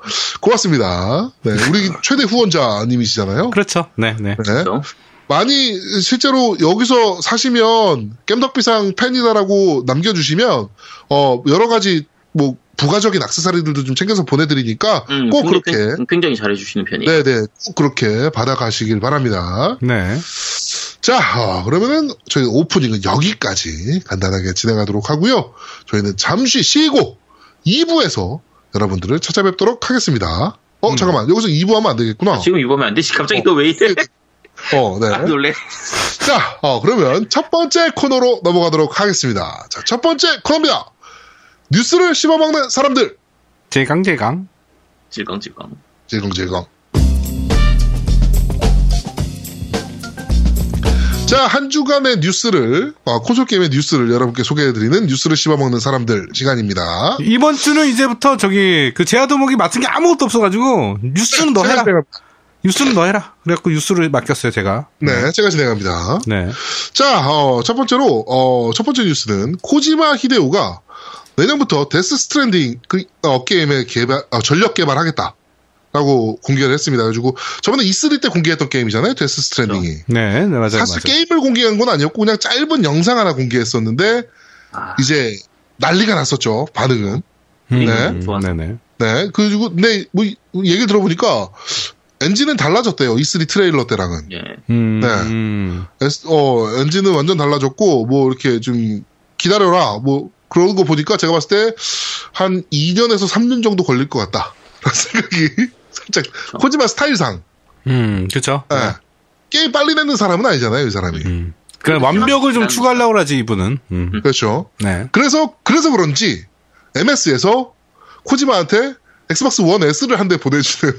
고맙습니다. 네, 우리 최대 후원자님이시잖아요. 그렇죠. 네, 네. 네. 또. 많이, 실제로 여기서 사시면, 겜덕비상 팬이다라고 남겨주시면, 어, 여러 가지, 뭐, 부가적인 악세사리들도 좀 챙겨서 보내드리니까, 음, 꼭 굉장히- 그렇게. 굉장히 잘해주시는 편이에요. 네네. 꼭 그렇게 받아가시길 바랍니다. 네. 자, 어, 그러면은 저희 오프닝은 여기까지 간단하게 진행하도록 하고요. 저희는 잠시 쉬고 2부에서 여러분들을 찾아뵙도록 하겠습니다. 어, 잠깐만. 여기서 2부 하면 안 되겠구나. 아, 지금 입으면 안 되지. 갑자기 또 왜 이래? 어, 네. 아, 놀래. 자, 어, 그러면 첫 번째 코너로 넘어가도록 하겠습니다. 자, 첫 번째 코너입니다. 뉴스를 씹어먹는 사람들. 제강, 제강. 질겅질겅. 질겅질겅. 자, 한 주간의 뉴스를, 어, 콘솔 게임의 뉴스를 여러분께 소개해드리는 뉴스를 씹어먹는 사람들 시간입니다. 이번 주는 이제부터 저기 그 제아도목이 맡은 게 아무것도 없어가지고 뉴스는 너 해라. 뉴스는 너 해라. 그래갖고 뉴스를 맡겼어요 제가. 네, 제가 진행합니다. 네. 자, 어, 첫 번째로, 어, 첫 번째 뉴스는 코지마 히데오가 내년부터 데스 스트랜딩 그, 어, 게임의 개발, 어, 전력 개발하겠다. 라고 공개를 했습니다. 그래가지고 저번에 E3 때 공개했던 게임이잖아요. 데스 스트랜딩이. 네, 네, 맞아요. 사실 맞아요. 게임을 공개한 건 아니었고 그냥 짧은 영상 하나 공개했었는데 아. 이제 난리가 났었죠 반응은 네. 좋았어요. 음, 네네. 네 그리고 근데 뭐 이- 얘기를 들어보니까 엔진은 달라졌대요 E3 트레일러 때랑은 예. 음, 네. 음. 에스- 어 엔진은 완전 달라졌고 뭐 이렇게 좀 기다려라 뭐 그런 거 보니까 제가 봤을 때 한 2년에서 3년 정도 걸릴 것 같다 라는 생각이 살짝 코지마 스타일상 음, 그쵸. 네. 네. 게임 빨리 내는 사람은 아니잖아요 이 사람이 음. 그 완벽을 좀 난- 추가하려고 하지 이분은. 음. 그렇죠 네. 그래서 그래서 그런지 MS에서 코지마한테 엑스박스 원 S를 한 대 보내주는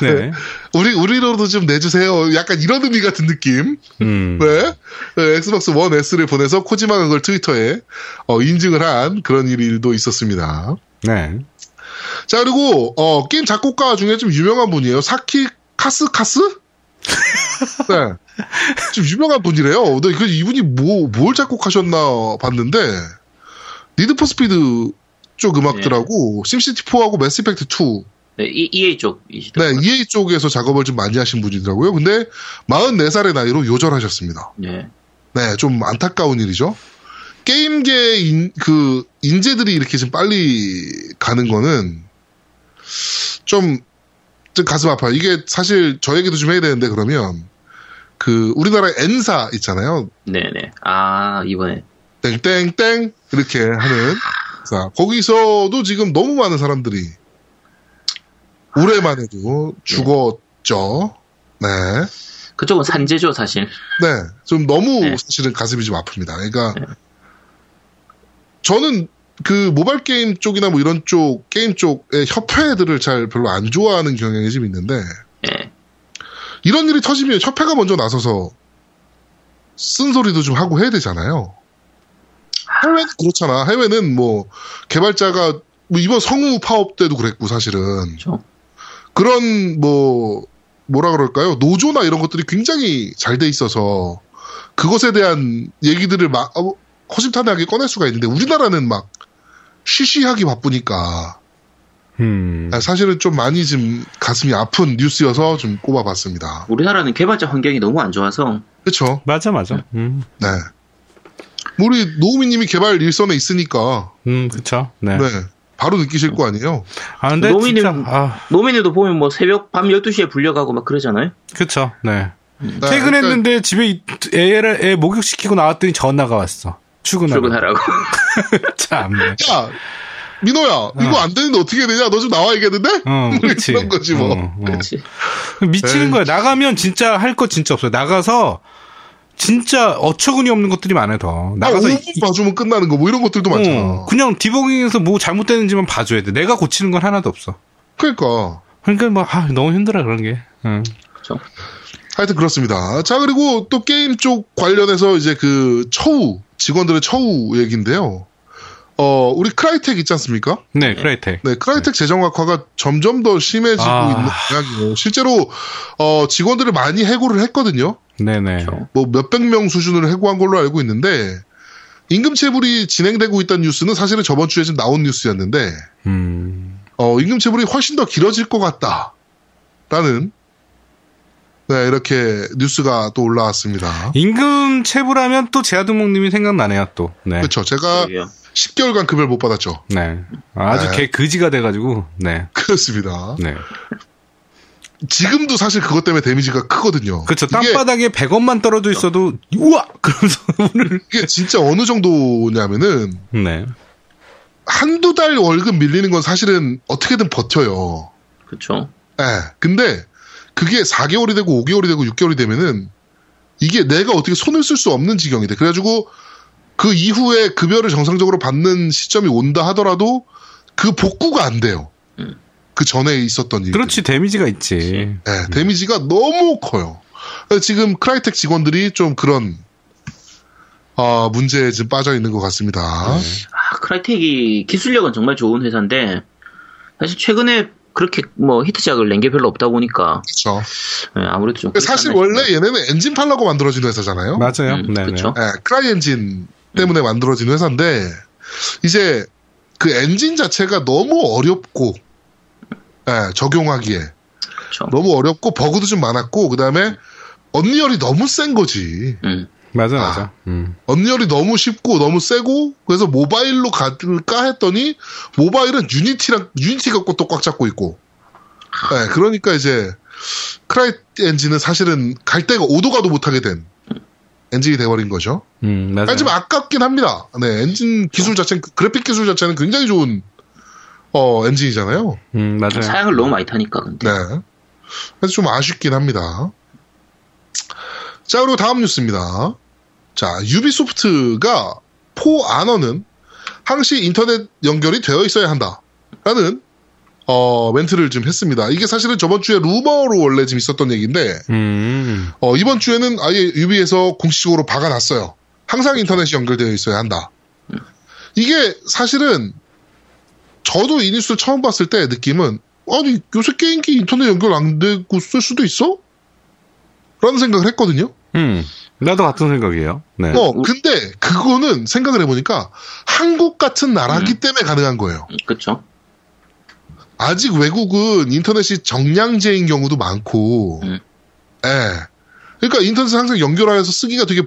네. 우리 우리로도 좀 내주세요. 약간 이런 의미 같은 느낌. 음. 네. 네, 엑스박스 원 S를 보내서 코지마가 그걸 트위터에 어, 인증을 한 그런 일도 있었습니다. 네. 자 그리고 어, 게임 작곡가 중에 좀 유명한 분이에요. 사키 카스 카스? 네. 좀 유명한 분이래요. 근데 그 이분이 뭐 뭘 작곡하셨나 봤는데 니드 포 스피드 쪽 음악들하고 심시티 4하고 매스 이펙트 2. 네, 이- EA 쪽이시죠. 네, EA 쪽에서 작업을 좀 많이 하신 분이더라고요. 근데 44살의 나이로 요절하셨습니다. 네. 네, 좀 안타까운 일이죠. 게임계 인, 그 인재들이 이렇게 좀 빨리 가는 거는 좀, 좀 가슴 아파요. 이게 사실 저에게도 좀 해야 되는데 그러면 그 우리나라의 N사 있잖아요. 네네. 아, 이번에. 땡땡땡 이렇게 하는 자 거기서도 지금 너무 많은 사람들이 올해만 해도 죽었죠. 네. 그쪽은 산재죠, 사실. 네. 좀 너무 네. 사실은 가슴이 좀 아픕니다. 그러니까 저는 그 모바일 게임 쪽이나 뭐 이런 쪽 게임 쪽의 협회들을 잘 별로 안 좋아하는 경향이 좀 있는데 예. 이런 일이 터지면 협회가 먼저 나서서 쓴소리도 좀 하고 해야 되잖아요. 해외는 그렇잖아. 해외는 뭐 개발자가 뭐 이번 성우 파업 때도 그랬고 사실은 그렇죠. 그런 뭐 뭐라 그럴까요? 노조나 이런 것들이 굉장히 잘 돼 있어서 그것에 대한 얘기들을 막 어, 허심탄회하게 꺼낼 수가 있는데 우리나라는 막 쉬쉬하기 바쁘니까 음. 아, 사실은 좀 많이 좀 가슴이 아픈 뉴스여서 좀 꼽아봤습니다. 우리나라는 개발자 환경이 너무 안 좋아서. 그렇죠. 맞아, 맞아. 음. 네. 뭐 우리 노우미님이 개발 일선에 있으니까 음, 그쵸. 네. 네. 바로 느끼실 거 아니에요. 아, 근데 노미님- 진짜, 아, 노민에도 보면 뭐 새벽 밤 12시에 불려가고 막 그러잖아요. 그쵸. 네. 네, 퇴근했는데 집에 이- 애를, 애 목욕시키고 나왔더니 전화가 왔어. 네. 출근하라고. 출근하라고. 어. 참네. 그러니까, 야 민호야 아. 이거 안 되는데 어떻게 해야 되냐? 너 좀 나와야겠는데? 어, 그치. 그런 거지 뭐. 어, 어. 그렇지. 미치는 에이. 거야. 나가면 진짜 할 거 진짜 없어요. 나가서 진짜 어처구니 없는 것들이 많아요, 더. 나 나가서 5분 봐주면 끝나는 거 뭐 이런 것들도 많잖아. 어, 그냥 디버깅에서 뭐 잘못되는지만 봐줘야 돼. 내가 고치는 건 하나도 없어. 그러니까 그러니까 뭐, 아, 너무 힘들어, 그런 게. 응. 그렇죠. 하여튼 그렇습니다. 자 그리고 또 게임 쪽 관련해서 이제 그 처우 직원들의 처우 얘기인데요. 어 우리 크라이텍 있지 않습니까? 네, 크라이텍. 네, 크라이텍 재정 악화가 점점 더 심해지고 아. 있는 모양이에요. 실제로 어, 직원들을 많이 해고를 했거든요. 네네. 뭐 몇백 명 수준으로 해고한 걸로 알고 있는데 임금 체불이 진행되고 있다는 뉴스는 사실은 저번 주에 좀 나온 뉴스였는데 음. 어, 임금 체불이 훨씬 더 길어질 것 같다라는 네, 이렇게 뉴스가 또 올라왔습니다. 임금 체불하면 또 제아두목님이 생각나네요, 또. 네. 그렇죠. 제가 그러게요. 10개월간 급여를 못 받았죠. 네. 아주 네. 개 그지가 돼가지고, 네. 그렇습니다. 네. 지금도 사실 그것 때문에 데미지가 크거든요. 그렇죠. 이게- 땅바닥에 100원만 떨어져 있어도, 우와! 그러면서 오늘. 이게 진짜 어느 정도냐면은 네. 한두 달 월급 밀리는 건 사실은 어떻게든 버텨요. 그렇죠. 예. 근데 그게 4개월이 되고 5개월이 되고 6개월이 되면은 이게 내가 어떻게 손을 쓸 수 없는 지경이 돼. 그래가지고 그 이후에 급여를 정상적으로 받는 시점이 온다 하더라도 그 복구가 안 돼요. 그 전에 있었던 일. 음. 그렇지, 데미지가 있지. 예, 데미지가 너무 커요. 그래서 지금 크라이텍 직원들이 좀 그런 아, 문제에 지금 빠져 있는 것 같습니다. 아, 크라이텍이 기술력은 정말 좋은 회사인데, 사실 최근에 그렇게 뭐 히트작을 낸 게 별로 없다 보니까, 그렇죠. 예, 아무래도 좀. 그렇지 사실 않나 원래 싶네요. 얘네는 엔진 팔라고 만들어진 회사잖아요. 맞아요. 음, 네네. 그쵸. 예, 크라이엔진 때문에 만들어진 회사인데 이제 그 엔진 자체가 너무 어렵고 예, 적용하기에 그렇죠. 너무 어렵고 버그도 좀 많았고 그다음에 언리얼이 너무 센 거지. 음, 맞아, 아. 맞아. 음. 언리얼이 너무 쉽고 너무 세고 그래서 모바일로 갈까 했더니 모바일은 유니티랑 유니티 갖고 또 꽉 잡고 있고. 예, 그러니까 이제 크라이 엔진은 사실은 갈 데가 오도 가도 못하게 된 엔진이 돼버린 거죠. 음, 맞아. 하지만 아깝긴 합니다. 네, 엔진 기술 자체는, 그래픽 기술 자체는 굉장히 좋은, 어, 엔진이잖아요. 음, 맞아요. 사양을 너무 많이 타니까, 근데. 네. 그래서 좀 아쉽긴 합니다. 자, 그리고 다음 뉴스입니다. 자, 유비소프트가 포 안어는 항시 인터넷 연결이 되어 있어야 한다. 라는, 어, 멘트를 좀 했습니다. 이게 사실은 저번 주에 루머로 원래 지금 있었던 얘기인데, 음. 어, 이번 주에는 아예 유비에서 공식적으로 박아놨어요. 항상 인터넷이 연결되어 있어야 한다. 이게 사실은 저도 이 뉴스를 처음 봤을 때 느낌은 아니 요새 게임기 인터넷 연결 안 되고 쓸 수도 있어? 라는 생각을 했거든요. 음. 나도 같은 생각이에요. 네. 어, 근데 그거는 생각을 해보니까 한국 같은 나라기 때문에 가능한 거예요. 그렇죠. 아직 외국은 인터넷이 정량제인 경우도 많고, 음. 예. 그러니까 인터넷을 항상 연결하여서 쓰기가 되게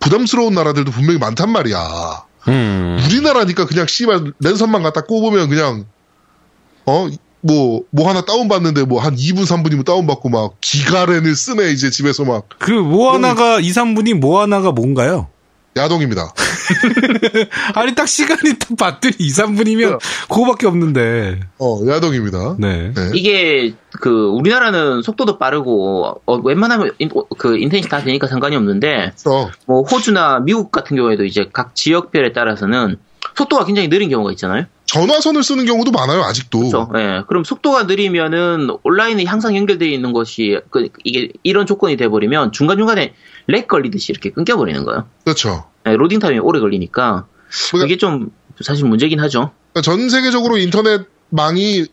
부담스러운 나라들도 분명히 많단 말이야. 음. 우리나라니까 그냥 씨발 랜선만 갖다 꼽으면 그냥, 어, 뭐, 뭐 하나 다운받는데 뭐 한 2분, 3분이면 다운받고 막 기가렌을 쓰네, 이제 집에서 막. 그 뭐 하나가 2, 3분이 뭐 하나가 뭔가요? 야동입니다. 아니 딱 시간이 딱 봤더니 2, 3분이면 그거밖에 없는데. 어, 야동입니다. 네. 네. 이게 그 우리나라는 속도도 빠르고 어, 웬만하면 인, 어, 그 인터넷이 다 되니까 상관이 없는데 그래서 뭐 호주나 미국 같은 경우에도 이제 각 지역별에 따라서는 속도가 굉장히 느린 경우가 있잖아요. 전화선을 쓰는 경우도 많아요, 아직도. 그렇죠. 예. 그럼 속도가 느리면은 온라인이 항상 연결되어 있는 것이 그 이게 이런 조건이 돼 버리면 중간중간에 렉 걸리듯이 이렇게 끊겨 버리는 거예요. 그렇죠. 예, 로딩 타임이 오래 걸리니까 그게 좀 사실 문제긴 하죠. 그러니까 전 세계적으로 인터넷망이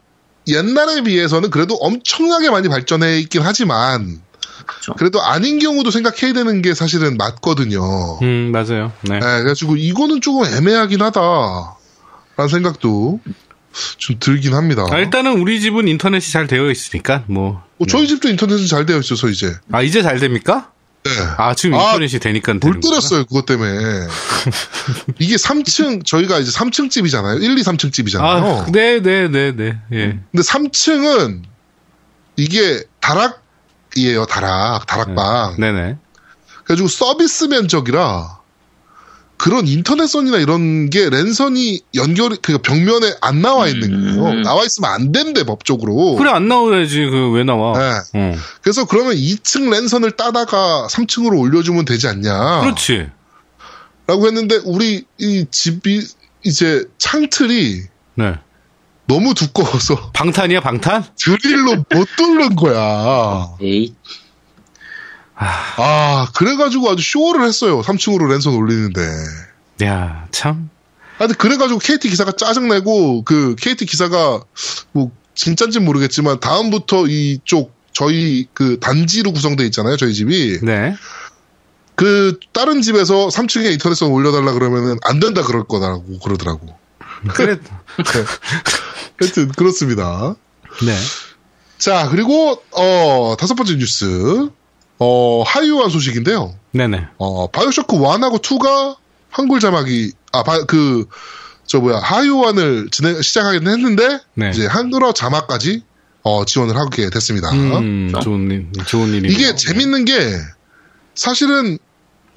옛날에 비해서는 그래도 엄청나게 많이 발전해 있긴 하지만 그렇죠. 그래도 아닌 경우도 생각해야 되는 게 사실은 맞거든요. 음 맞아요. 네. 네, 그래가지고 이거는 조금 애매하긴 하다라는 생각도 좀 들긴 합니다. 아, 일단은 우리 집은 인터넷이 잘 되어 있으니까 뭐. 뭐 저희 집도 인터넷은 잘 되어 있어서 이제 아 이제 잘 됩니까? 네. 아 지금 아, 인터넷이 되니까 볼 되는 거구나. 때렸어요 그것 때문에 이게 3층 저희가 이제 3층 집이잖아요 1, 2, 3층 집이잖아요 아, 네, 네, 네, 네. 예. 근데 3층은 이게 다락이에요, 다락, 다락방. 네, 네. 그래가지고 서비스 면적이라 그런 인터넷선이나 이런 게 랜선이 연결, 그 벽면에 안 나와 있는 거예요. 음. 나와 있으면 안 된대, 법적으로. 그래 안 나오야지 그 왜 나와? 네. 응. 그래서 그러면 2층 랜선을 따다가 3층으로 올려주면 되지 않냐. 그렇지. 라고 했는데, 우리 이 집이 이제 창틀이 네. 너무 두꺼워서 방탄이야 방탄? 드릴로 못 뚫는 거야. 에이, 아, 그래가지고 아주 쇼를 했어요. 3층으로 랜선 올리는데. 야 참. 하여튼 그래가지고 KT 기사가 짜증내고, 그 KT 기사가, 뭐, 진짠진 모르겠지만, 다음부터 이쪽, 저희 그 단지로 구성돼 있잖아요, 저희 집이. 네. 그, 다른 집에서 3층에 인터넷선 올려달라 그러면은 안 된다 그럴 거라고 그러더라고. 그래. 하여튼, 그렇습니다. 네. 자, 그리고, 어, 다섯 번째 뉴스. 어, 하이오한 소식인데요. 네, 네. 어, 바이오쇼크 1하고 2가 한글 자막이, 아, 바, 그, 저 뭐야, 하이오환을 진행, 시작하긴 했는데, 네. 이제 한글어 자막까지, 어, 지원을 하게 됐습니다. 음, 좋은 일, 좋은 일이네요. 이게 재밌는 게, 사실은,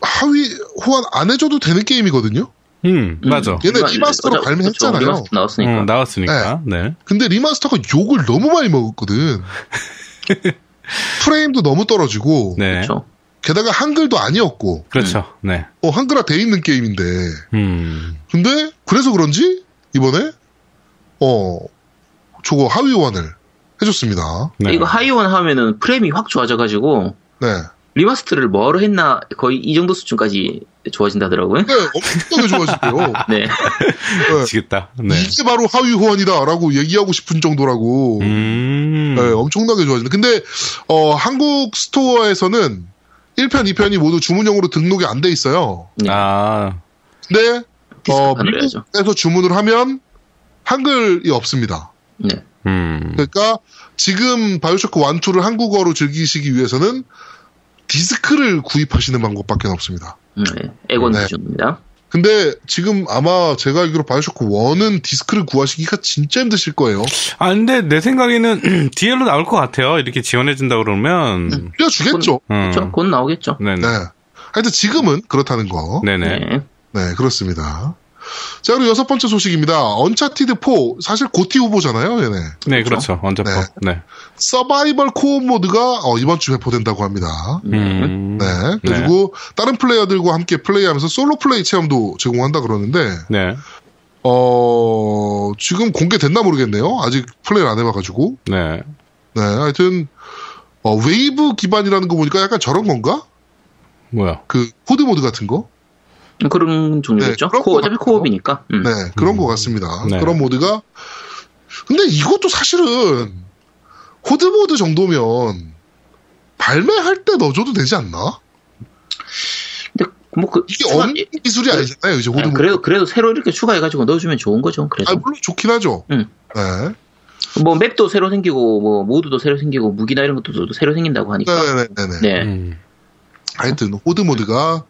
하위, 호환 안 해줘도 되는 게임이거든요? 음, 맞아. 얘네 리마- 리마스터로 그렇죠. 발매했잖아요. 음. 리마스터 나왔으니까. 어, 나왔으니까. 네. 근데 리마스터가 욕을 너무 많이 먹었거든. 프레임도 너무 떨어지고, 네. 그렇죠. 음. 게다가 한글도 아니었고, 그렇죠. 네. 어, 한글화 돼 있는 게임인데, 음. 근데 그래서 그런지 이번에 어 저거 하위원을 해줬습니다. 네. 이거 하이원 하면은 프레임이 확 좋아져가지고 네. 리마스터를 뭐로 했나 거의 이 정도 수준까지 좋아진다더라고요. 네, 엄청나게 좋아지고요. 네. 네. 지겠다. 네. 이게 바로 하위 호환이다라고 얘기하고 싶은 정도라고. 음. 네, 엄청나게 좋아진다. 근데 어 한국 스토어에서는 1편, 2편이 모두 주문용으로 등록이 안 돼 있어요. 네. 아, 근데 어 디스판을 해야죠. 미국에서 주문을 하면 한글이 없습니다. 네. 음. 그러니까 지금 바이오쇼크 1, 2를 한국어로 즐기시기 위해서는 디스크를 구입하시는 방법밖에 없습니다. 네. 에건 네. 기준입니다. 근데 지금 아마 제가 알기로 바이오쇼크 1은 디스크를 구하시기가 진짜 힘드실 거예요. 아, 근데 내 생각에는 DL로 나올 것 같아요. 이렇게 지원해준다 그러면. 음. 빌려주겠죠. 그렇죠. 곧 나오겠죠. 네. 네네. 하여튼 지금은 그렇다는 거. 네. 네네. 그렇습니다. 자, 그리고 여섯 번째 소식입니다. 언차티드 4. 사실 고티 후보잖아요, 얘네. 네, 그렇죠. 언제포. 네. 서바이벌 코어 모드가 어, 이번 주 배포된다고 합니다. 음. 네. 그리고 다른 플레이어들과 함께 플레이하면서 솔로 플레이 체험도 제공한다 그러는데 네. 어 지금 공개됐나 모르겠네요. 아직 플레이를 안 해봐가지고. 네. 네. 하여튼 어, 웨이브 기반이라는 거 보니까 약간 저런 건가? 뭐야. 그 코드 모드 같은 거? 음, 그런 종류겠죠. 네, 그런 코, 것 어차피 같아요. 코업이니까. 음. 네. 그런 것 같습니다. 네. 그런 모드가. 근데 이것도 사실은 코드 모드 정도면 발매할 때 넣어줘도 되지 않나? 근데 뭐 그, 이게 추가- 없는 기술이 아니잖아요. 이제 코드 아, 모드. 그래도 그래도 새로 이렇게 추가해가지고 넣어주면 좋은 거죠. 그래도 아, 물론 좋긴 하죠. 음. 네. 뭐 맵도 새로 생기고 뭐 모드도 새로 생기고 무기나 이런 것도 새로 생긴다고 하니까. 네네네네. 네. 음. 하여튼 호드 모드가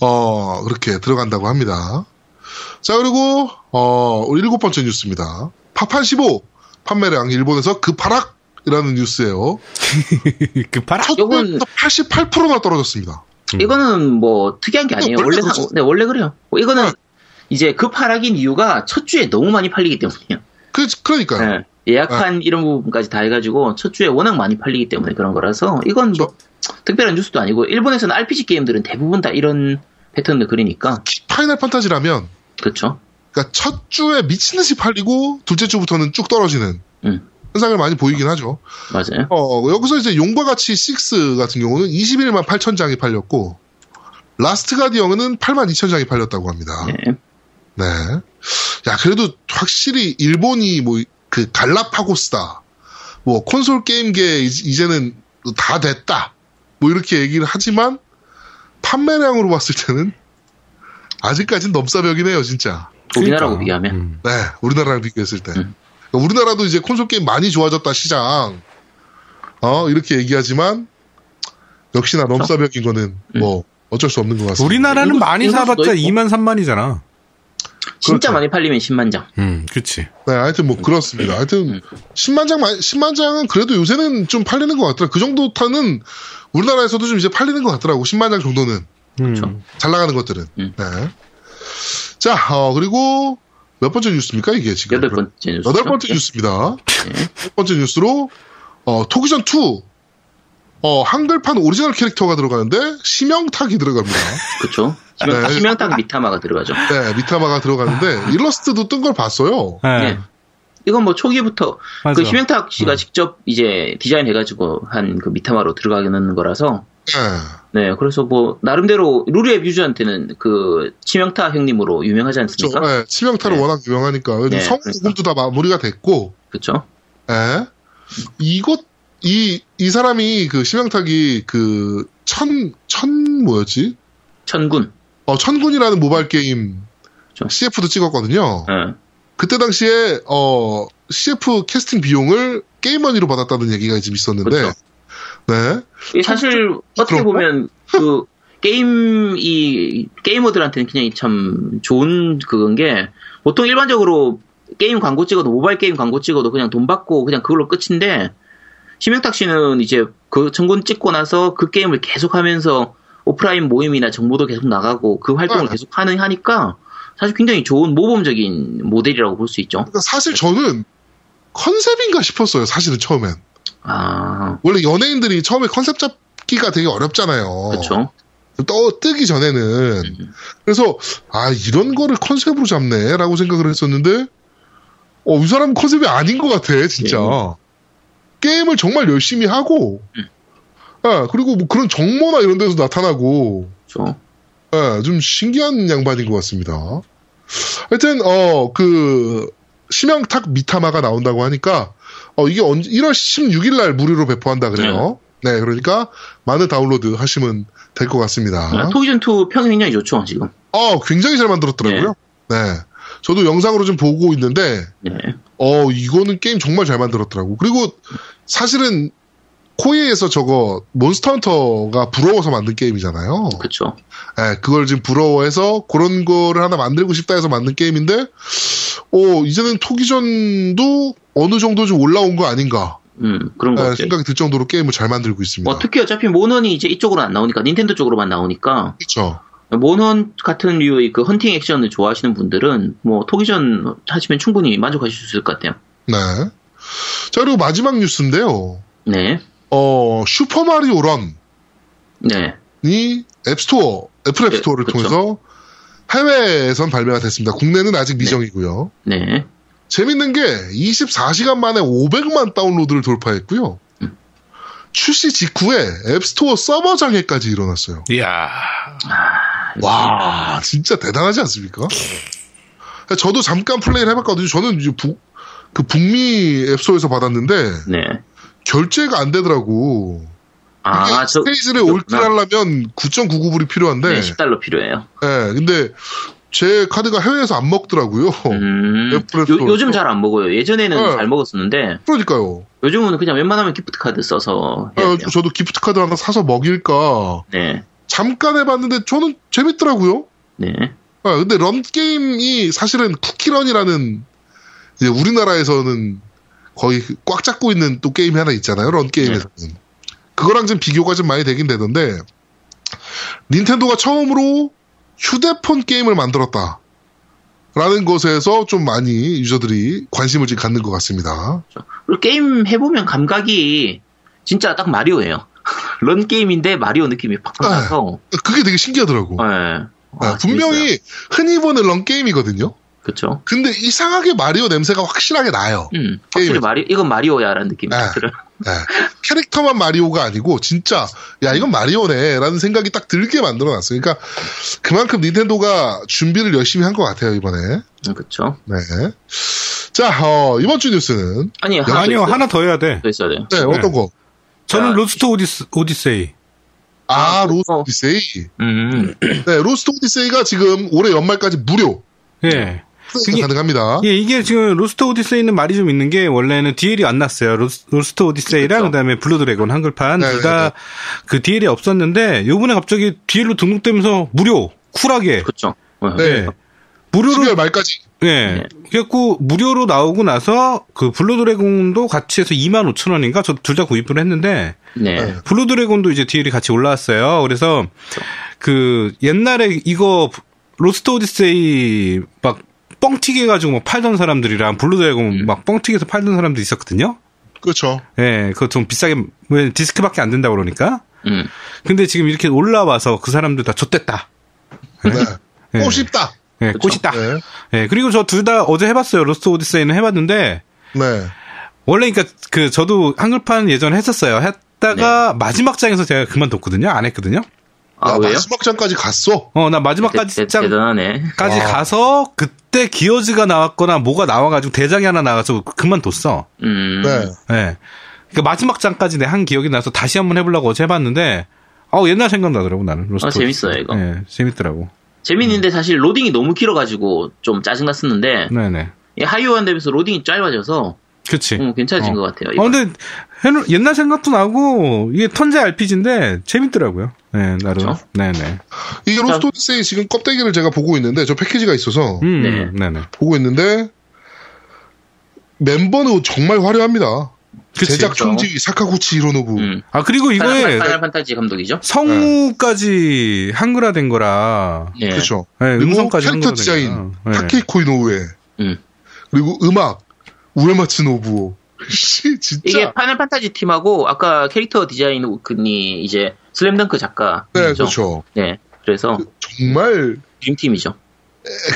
어 그렇게 들어간다고 합니다. 자 그리고 어 일곱 번째 뉴스입니다. 파판 15 판매량 일본에서 급하락이라는 뉴스예요. 급하라. 첫 요건- 주에서 88%나 떨어졌습니다. 이거는 뭐 특이한 게 아니에요. 원래 원래 그렇죠. 네. 사- 네, 원래 그래요. 뭐 이거는 이제 급하락인 이유가 첫 주에 너무 많이 팔리기 때문이에요. 그, 그러니까요. 네. 예약한 이런 부분까지 다 해가지고 첫 주에 워낙 많이 팔리기 때문에 그런 거라서 이건 뭐 특별한 뉴스도 아니고 일본에서는 RPG 게임들은 대부분 다 이런 패턴을 그리니까 파이널 판타지라면 그렇죠. 그러니까 첫 주에 미친 듯이 팔리고 둘째 주부터는 쭉 떨어지는 음. 현상을 많이 보이긴 하죠. 맞아요. 어, 여기서 이제 용과 같이 6 같은 경우는 21만 8천 장이 팔렸고 라스트 가디언은 8만 2천 장이 팔렸다고 합니다. 네. 네. 야, 그래도 확실히 일본이 뭐 그 갈라파고스다. 뭐 콘솔 게임계 이제- 이제는 다 됐다. 뭐 이렇게 얘기를 하지만 판매량으로 봤을 때는 아직까진 넘사벽이네요, 진짜. 우리나라하고 그러니까. 비교하면 음. 네, 우리나라랑 비교했을 때. 음. 그러니까 우리나라도 이제 콘솔 게임 많이 좋아졌다 시장. 어, 이렇게 얘기하지만 역시나 넘사벽인 거는 뭐 어쩔 수 없는 것 같습니다. 우리나라는 일본- 많이 일본도 사봤자 있고. 2만 3만이잖아. 진짜 그렇죠. 많이 팔리면 10만 장. 음, 그렇지. 네, 하여튼 음. 뭐 그렇습니다. 하여튼 10만 장, 10만 장은 그래도 요새는 좀 팔리는 것 같더라. 그 정도 타는 우리나라에서도 좀 이제 팔리는 것 같더라고. 10만 장 정도는 그렇죠. 음. 잘 나가는 것들은. 음. 네. 자, 어, 그리고 몇 번째 뉴스입니까 이게 지금? 여덟 번째 예. 뉴스. 네, 여덟 번째 뉴스입니다. 첫 번째 뉴스로 어, 토기전 2 어, 한글판 오리지널 캐릭터가 들어가는데 심영탁이 들어갑니다. 그렇죠. 네. 심연탕 미타마가 들어가죠. 네, 미타마가 들어가는데 일러스트도 뜬 걸 봤어요. 네. 네. 이건 뭐 초기부터 맞아. 그 심영탁 네. 씨가 직접 이제 디자인해가지고 한 그 미타마로 들어가는 거라서 네. 네 그래서 뭐 나름대로 루리앱 유저한테는 그 심영탁 형님으로 유명하지 않습니까? 네, 치명타로 네. 워낙 유명하니까 요즘 네, 성우 그러니까. 부분도 다 마무리가 됐고 그렇죠. 예. 이것 이 이 사람이 그 심영탁이 그 천 천 뭐였지 천군. 어 천군이라는 모바일 게임 저- CF도 찍었거든요. 네. 그때 당시에 어 CF 캐스팅 비용을 게임머니로 받았다는 얘기가 지금 있었는데 그렇죠. 네 이게 사실 어떻게 그런가? 보면 그 게임 이 게이머들한테는 그냥 참 좋은 그건 게 보통 일반적으로 게임 광고 찍어도 모바일 게임 광고 찍어도 그냥 돈 받고 그냥 그걸로 끝인데 심영탁 씨는 이제 그 청군 찍고 나서 그 게임을 계속하면서 오프라인 모임이나 정보도 계속 나가고 그 활동을 네. 계속 하는 하니까 사실 굉장히 좋은 모범적인 모델이라고 볼 수 있죠. 그러니까 사실 저는 컨셉인가 싶었어요. 사실은 처음엔 아 원래 연예인들이 처음에 컨셉 잡기가 되게 어렵잖아요. 그렇죠. 떠 뜨기 전에는 그래서 아 이런 거를 컨셉으로 잡네라고 생각을 했었는데 어이 사람 은 컨셉이 아닌 것 같아 진짜 음. 게임을 정말 열심히 하고 예, 그리고 뭐 그런 정모나 이런 데서 나타나고 그렇죠. 예, 좀 신기한 양반인 것 같습니다 하여튼 어 그 심영탁 미타마가 나온다고 하니까 어 이게 언제 1월 16일 날 무료로 배포한다 그래요 네 그러니까 많은 다운로드 하시면 될 것 같습니다 아, 토기전 2 평이 굉장히 좋죠 지금. 어, 굉장히 잘 만들었더라고요. 네. 저도 영상으로 좀 보고 있는데, 네. 어, 이거는 게임 정말 잘 만들었더라고. 그리고 사실은 코에에서 저거 몬스터 헌터가 부러워서 만든 게임이잖아요. 그렇죠. 예, 그걸 지금 부러워해서 그런 거를 하나 만들고 싶다 해서 만든 게임인데, 어, 이제는 토기전도 어느 정도 좀 올라온 거 아닌가 음 그런 거 예, 같아요. 생각이 들 정도로 게임을 잘 만들고 있습니다. 뭐 특히 어차피 모넌이 이제 이쪽으로 안 나오니까 닌텐도 쪽으로만 나오니까 그렇죠. 모넌 같은 류의 그 헌팅 액션을 좋아하시는 분들은 뭐 토기전 하시면 충분히 만족하실 수 있을 것 같아요. 네. 자, 그리고 마지막 뉴스인데요. 네, 어, 슈퍼마리오 런. 네, 이 앱스토어, 애플 네, 앱스토어를 그렇죠. 통해서 해외에선 발매가 됐습니다. 국내는 아직 미정이고요. 네. 재밌는 게 24시간 만에 500만 다운로드를 돌파했고요. 출시 직후에 앱스토어 서버 장애까지 일어났어요. 이야. 와, 진짜 대단하지 않습니까? 저도 잠깐 플레이를 해봤거든요. 저는 이제 북, 그 북미 앱스토어에서 받았는데 네. 결제가 안 되더라고. 아, 저 스테이지를 올킬하려면 9.99불이 필요한데 네, 10달러 필요해요. 예, 근데 제 카드가 해외에서 안 먹더라고요. 음, 어, 애플 앱스토어. 요, 즘 잘 안 먹어요. 예전에는 네. 잘 먹었었는데 그러니까요. 요즘은 그냥 웬만하면 기프트 카드 써서 해요. 예, 저도 기프트 카드 하나 사서 먹일까 네, 잠깐 해봤는데 저는 재밌더라고요. 네, 예, 근데 런 게임이 사실은 쿠키런이라는 이제 우리나라에서는 거의 꽉 잡고 있는 또 게임이 하나 있잖아요. 런 게임에서는. 그거랑 좀 비교가 좀 많이 되긴 되는데 닌텐도가 처음으로 휴대폰 게임을 만들었다. 라는 것에서 좀 많이 유저들이 관심을 좀 갖는 것 같습니다. 그리고 게임 해보면 감각이 진짜 딱 마리오예요. 런 게임인데 마리오 느낌이 팍 나서. 그게 되게 신기하더라고. 예. 네. 아, 분명히 흔히 보는 런 게임이거든요. 그렇죠. 근데 이상하게 마리오 냄새가 확실하게 나요. 음, 확실히 게임이죠. 마리 이건 마리오야라는 느낌이 네. 딱 들어요. 예. 캐릭터만 마리오가 아니고 진짜 야 이건 마리오네라는 생각이 딱 들게 만들어놨어요. 그러니까 그만큼 닌텐도가 준비를 열심히 한 것 같아요 이번에. 그렇죠. 네. 자 어, 이번 주 뉴스는 아니 하나 아니요, 더 있어요. 아. 하나 더 해야 돼. 더 있어야 돼요. 네, 어떤 거? 저는 자, 로스트 오디스, 오디세이. 아 로스트 어. 오디세이. 음, 네 로스트 오디세이가 지금 올해 연말까지 무료 네. 예. 플레이가 어? 가능합니다. 예, 이게 지금 로스트 오디세이는 말이 좀 있는 게 원래는 DL이 안 났어요. 로스, 로스트 오디세이랑 그쵸. 그다음에 블루 드래곤 한글판 네, 둘 다 네, 그 DL이 없었는데 요번에 갑자기 DL로 등록되면서 무료 쿨하게 그렇죠. 네. 예. 무료로 12월 말까지. 네. 예. 그래갖고 무료로 나오고 나서 그 블루 드래곤도 같이 해서 2만 5천 원인가 저 둘 다 구입을 했는데 네. 네. 블루 드래곤도 이제 DL이 같이 올라왔어요. 그래서 그 옛날에 이거 로스트 오디세이 막 뻥튀기 해가지고 막 팔던 사람들이랑 블루 음. 드래곤 막 뻥튀기해서 팔던 사람도 있었거든요. 그렇죠. 예, 그거 좀 비싸게 왜 디스크밖에 안 된다 고 그러니까. 음. 근데 지금 이렇게 올라와서 그 사람들 다 좆됐다. 네. 예. 꽃이 있다. 예, 그쵸. 꽃이다. 네. 예, 그리고 저 둘 다 어제 해봤어요. 로스트 오디세이는 해봤는데 네. 원래 그러니까 그 저도 한글판 예전에 했었어요. 네. 했다가 마지막 장에서 제가 그만뒀거든요. 안 했거든요. 아 야, 왜요? 마지막 장까지 갔어. 어, 나 대, 마지막까지 대, 장 대단하네. 까지 와. 가서 그때 기어즈가 나왔거나 뭐가 나와가지고 대장이 하나 나와서 그만뒀어. 음. 네. 예. 그러니까 마지막 장까지 내 한 기억이 나서 다시 한번 해보려고 어제 해봤는데 어 옛날 생각나더라고 나는 로스트. 아, 재밌어요, 이거. 예, 재밌더라고. 재밌는데 사실 로딩이 너무 길어가지고 좀 짜증났었는데 네네. 이 하이오한 데면서 로딩이 짧아져서 네. 그치. 음, 어. 괜찮아진 것 같아요. 아 근데 해놓- 옛날 생각도 나고 이게 턴제 RPG인데 재밌더라고요. 네 나름. 그쵸? 네네. 이게 로스트 오디세이 지금 껍데기를 제가 보고 있는데 저 패키지가 있어서 음, 네. 네. 네 보고 있는데 멤버는 정말 화려합니다. 그치. 제작 총지 사카구치 히로노부. 음. 아 그리고 이거에 파이널, 파이널 판타지 감독이죠? 네. 성우까지 한글화된 거라. 네. 그렇죠. 네, 그리고 음성까지 캐릭터 한글화된 디자인 거라. 네. 타케이코 이노우에 음. 그리고 음악 우에마츠 노부오. 씨 진짜. 이게 파이널 판타지 팀하고 아까 캐릭터 디자인 그니 이제 슬램덩크 작가. 네 그렇죠. 네. 그래서 정말 드림팀이죠.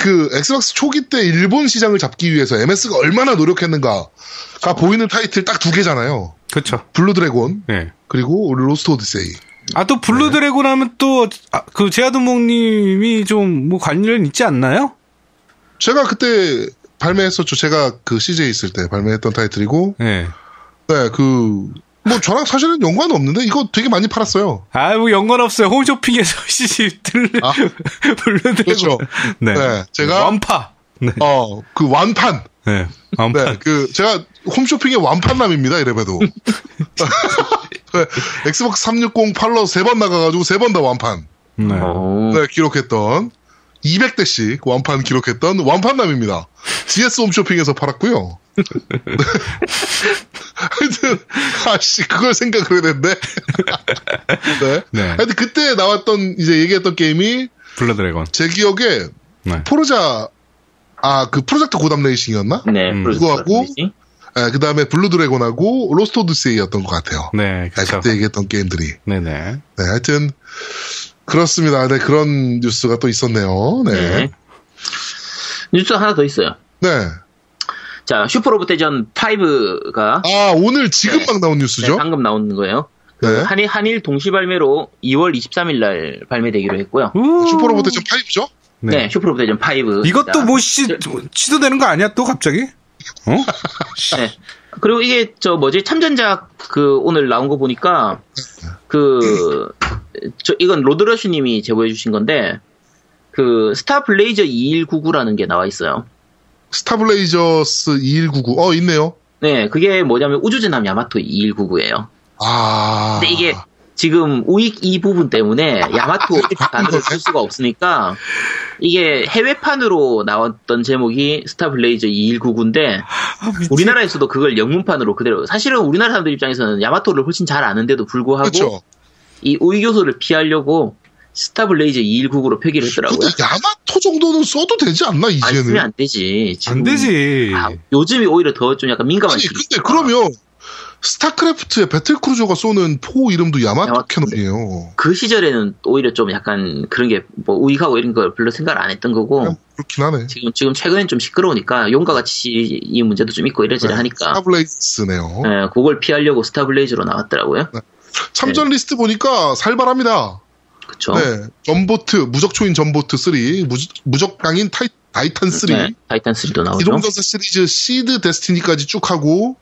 그 엑스박스 초기 때 일본 시장을 잡기 위해서 MS가 얼마나 노력했는가가 보이는 타이틀 딱 두 개잖아요. 그렇죠. 블루 드래곤 예. 그리고 로스트 오디세이. 아 네. 또 블루 드래곤 하면 또 그 제아드몽님이 좀 뭐 관련 있지 않나요? 제가 그때 발매했었죠. 제가 그 CJ 있을 때 발매했던 타이틀이고, 예. 네, 그, 뭐 저랑 사실은 연관은 없는데, 이거 되게 많이 팔았어요. 아뭐 연관 없어요. 홈쇼핑에서 시시들 아. 블루 드래곤. 그렇죠. 네. 네, 제가- 완파. 네. 어, 그 완판. 네. 완파. 네, 그, 제가 홈쇼핑의 완판남입니다, 이래봬도. 네, 엑스박스 360 팔러 세 번 나가가지고 세 번 다 완판. 네. 어. 네, 기록했던 200대씩 완판 기록했던 완판남입니다. GS 홈쇼핑에서 팔았고요. 네. 하여튼 아씨 그걸 생각을 해야 되는데. 네. 네. 하여튼 그때 나왔던 이제 얘기했던 게임이 블루 드래곤. 제 기억에 네. 포르자 아 그 프로젝트 고담 레이싱이었나? 네. 음. 프로듀서 그거하고 분이지. 네, 그 다음에 블루 드래곤하고 로스트 오드세이였던 것 같아요. 네. 네, 그렇죠. 그때 얘기했던 게임들이. 네, 네. 네, 하여튼 그렇습니다. 네, 그런 뉴스가 또 있었네요. 네. 네. 뉴스 하나 더 있어요. 네. 자, 슈퍼로봇 대전 5가 아, 오늘 지금 네. 막 나온 뉴스죠? 방금 나온 거예요. 네. 한일, 한일 동시 발매로 2월 23일 날 발매되기로 했고요. 우. 슈퍼로봇 대전 5죠? 네, 네. 슈퍼로봇 대전 5. 이것도 뭐 시, 시도되는 거 아니야 또 갑자기? 어? 네. 그리고 이게 저 뭐지 참전작 그 오늘 나온 거 보니까 그 저 이건 로드러쉬 님이 제보해 주신 건데 그 스타 블레이저 2199라는 게 나와 있어요. 스타블레이저스 2199. 어, 있네요. 네, 그게 뭐냐면 우주제남 야마토 2199예요. 아. 근데 이게 지금 우익 이 부분 때문에 야마토 단어를 쓸 수가 없으니까 이게 해외판으로 나왔던 제목이 스타블레이저 2199인데 우리나라에서도 그걸 영문판으로 그대로 사실은 우리나라 사람들 입장에서는 야마토를 훨씬 잘 아는데도 불구하고 그렇죠. 이 우익 요소를 피하려고 스타블레이저 2199로 표기를 근데 했더라고요. 야마토 정도는 써도 되지 않나 안 쓰면 이제는? 안 되지. 지금 안 되지. 아, 요즘이 오히려 더 좀 약간 민감한 아니 시기. 근데 그러면 스타크래프트의 배틀크루저가 쏘는 포 이름도 야마토 야마토. 캐논이에요. 그 시절에는 오히려 좀 약간 그런 게 뭐 우익하고 이런 걸 별로 생각을 안 했던 거고 그냥 그렇긴 하네. 지금 지금 최근엔 좀 시끄러우니까 용과 같이 이 문제도 좀 있고 네. 이래저래 하니까 스타블레이스네요. 예, 그걸 피하려고 스타블레이즈로 나왔더라고요. 네. 참전 네. 리스트 보니까 살벌합니다. 그쵸? 네. 전보트, 무적초인 전보트 3, 무, 적강인 타이, 탄 3, 네, 타이탄 3도 나오죠. 이동전사 시리즈 시드 데스티니까지 쭉 하고,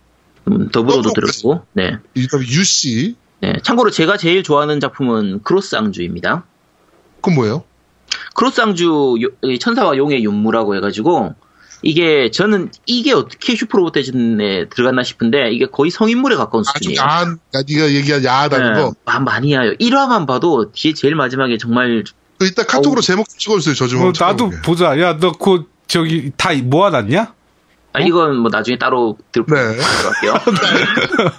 음, 더불어도 너무 들었고. 네. 이 다음에 UC. 네. 참고로 제가 제일 좋아하는 작품은 크로스 앙주입니다. 그건 뭐예요? 크로스 앙주 요- 이 천사와 용의 윤무라고 해가지고 이게 저는 이게 어떻게 슈퍼로봇대전에 들어갔나 싶은데 이게 거의 성인물에 가까운 아주 수준이에요. 야한, 야, 네가 얘기한 야하다는 네, 거. 아, 많이 해요. 1화만 봐도 뒤에 제일 마지막에 정말 그 일단 카톡으로 어우. 제목 좀 찍어주세요. 저 좀. 어, 한번 나도 찾아볼게요. 보자. 야, 너 그 저기 다 모아놨냐? 어? 아, 이건 뭐 나중에 따로 들- 네. 들어갈게요.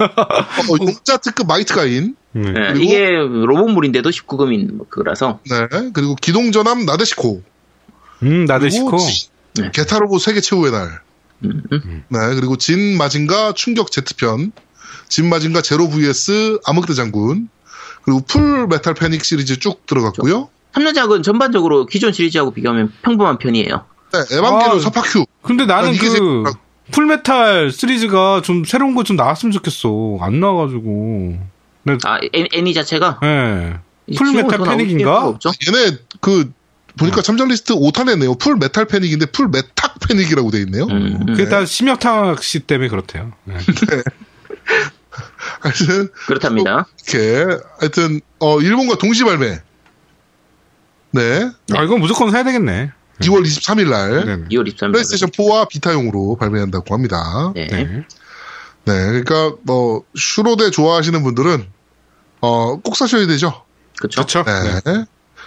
어, 용자 특급 마이트 가인. 네. 네, 그리고- 이게 로봇물인데도 19금인 뭐 그라서 네. 그리고 기동전함 나데시코. 음, 나대시코. 그리고 네. 게타로보 세계 최후의 날. 음, 음. 네. 그리고 진 마징가 충격 Z편. 진 마징가 제로 vs 암흑대 장군. 그리고 풀 메탈 패닉 시리즈 쭉 들어갔고요. 3년작은 전반적으로 기존 시리즈하고 비교하면 평범한 편이에요. 네, 에반게리온 아, 서파큐. 근데 나는 아니, 이게 그 생각- 풀메탈 시리즈가 좀 새로운 거 좀 나왔으면 좋겠어. 안 나와가지고. 아, 애- 애니 자체가 예. 아. 이제 풀메탈 지금은 더 나올 패닉인가? 필요가 없죠. 얘네 그 음. 보니까 참전 리스트 5탄에네요. 풀 메탈 패닉인데 풀 메탁 패닉이라고 돼 있네요. 음, 음. 그게 다 심혁탕 씨 때문에 그렇대요. 네. 하여튼 그렇답니다. 이렇게 하여튼 어 일본과 동시 발매. 네. 아, 이건 무조건 사야 되겠네. 2월 23일 날 네. 네. 2월 23일. 플레이스테이션 4와 비타용으로 발매한다고 합니다. 네. 네. 네. 그러니까 뭐 슈로데 좋아하시는 분들은 어 꼭 사셔야 되죠. 그쵸. 그렇죠. 네. 네.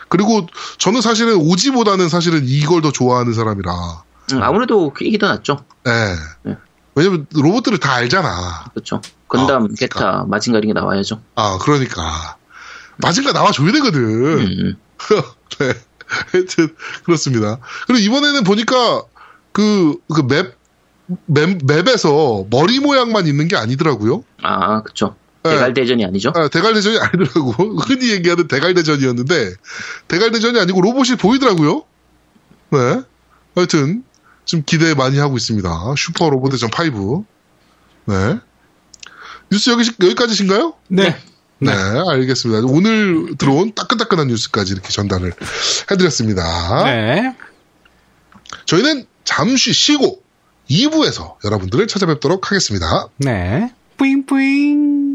그리고 저는 사실은 오지보다는 사실은 이걸 더 좋아하는 사람이라. 음, 아무래도 이게 더 낫죠. 네. 네. 왜냐면 로봇들을 다 알잖아. 그렇죠. 건담, 그러니까. 게타, 마징가 이런 게 나와야죠. 아, 그러니까. 마징가 나와줘야 되거든. 음, 음. 네. 하여튼, 그렇습니다. 그리고 이번에는 보니까 그, 그 맵, 맵, 맵에서 머리 모양만 있는 게 아니더라고요. 아, 그쵸. 네. 대갈대전이 아니죠. 아, 대갈대전이 아니더라고. 흔히 얘기하는 대갈대전이었는데, 대갈대전이 아니고 로봇이 보이더라고요. 네. 하여튼, 좀 기대 많이 하고 있습니다. 슈퍼 로봇 대전 5. 네. 뉴스 여기, 여기까지신가요? 네. 네, 알겠습니다. 오늘 들어온 따끈따끈한 뉴스까지 이렇게 전달을 해드렸습니다. 네. 저희는 잠시 쉬고 2부에서 여러분들을 찾아뵙도록 하겠습니다. 네. 뿌잉뿌잉.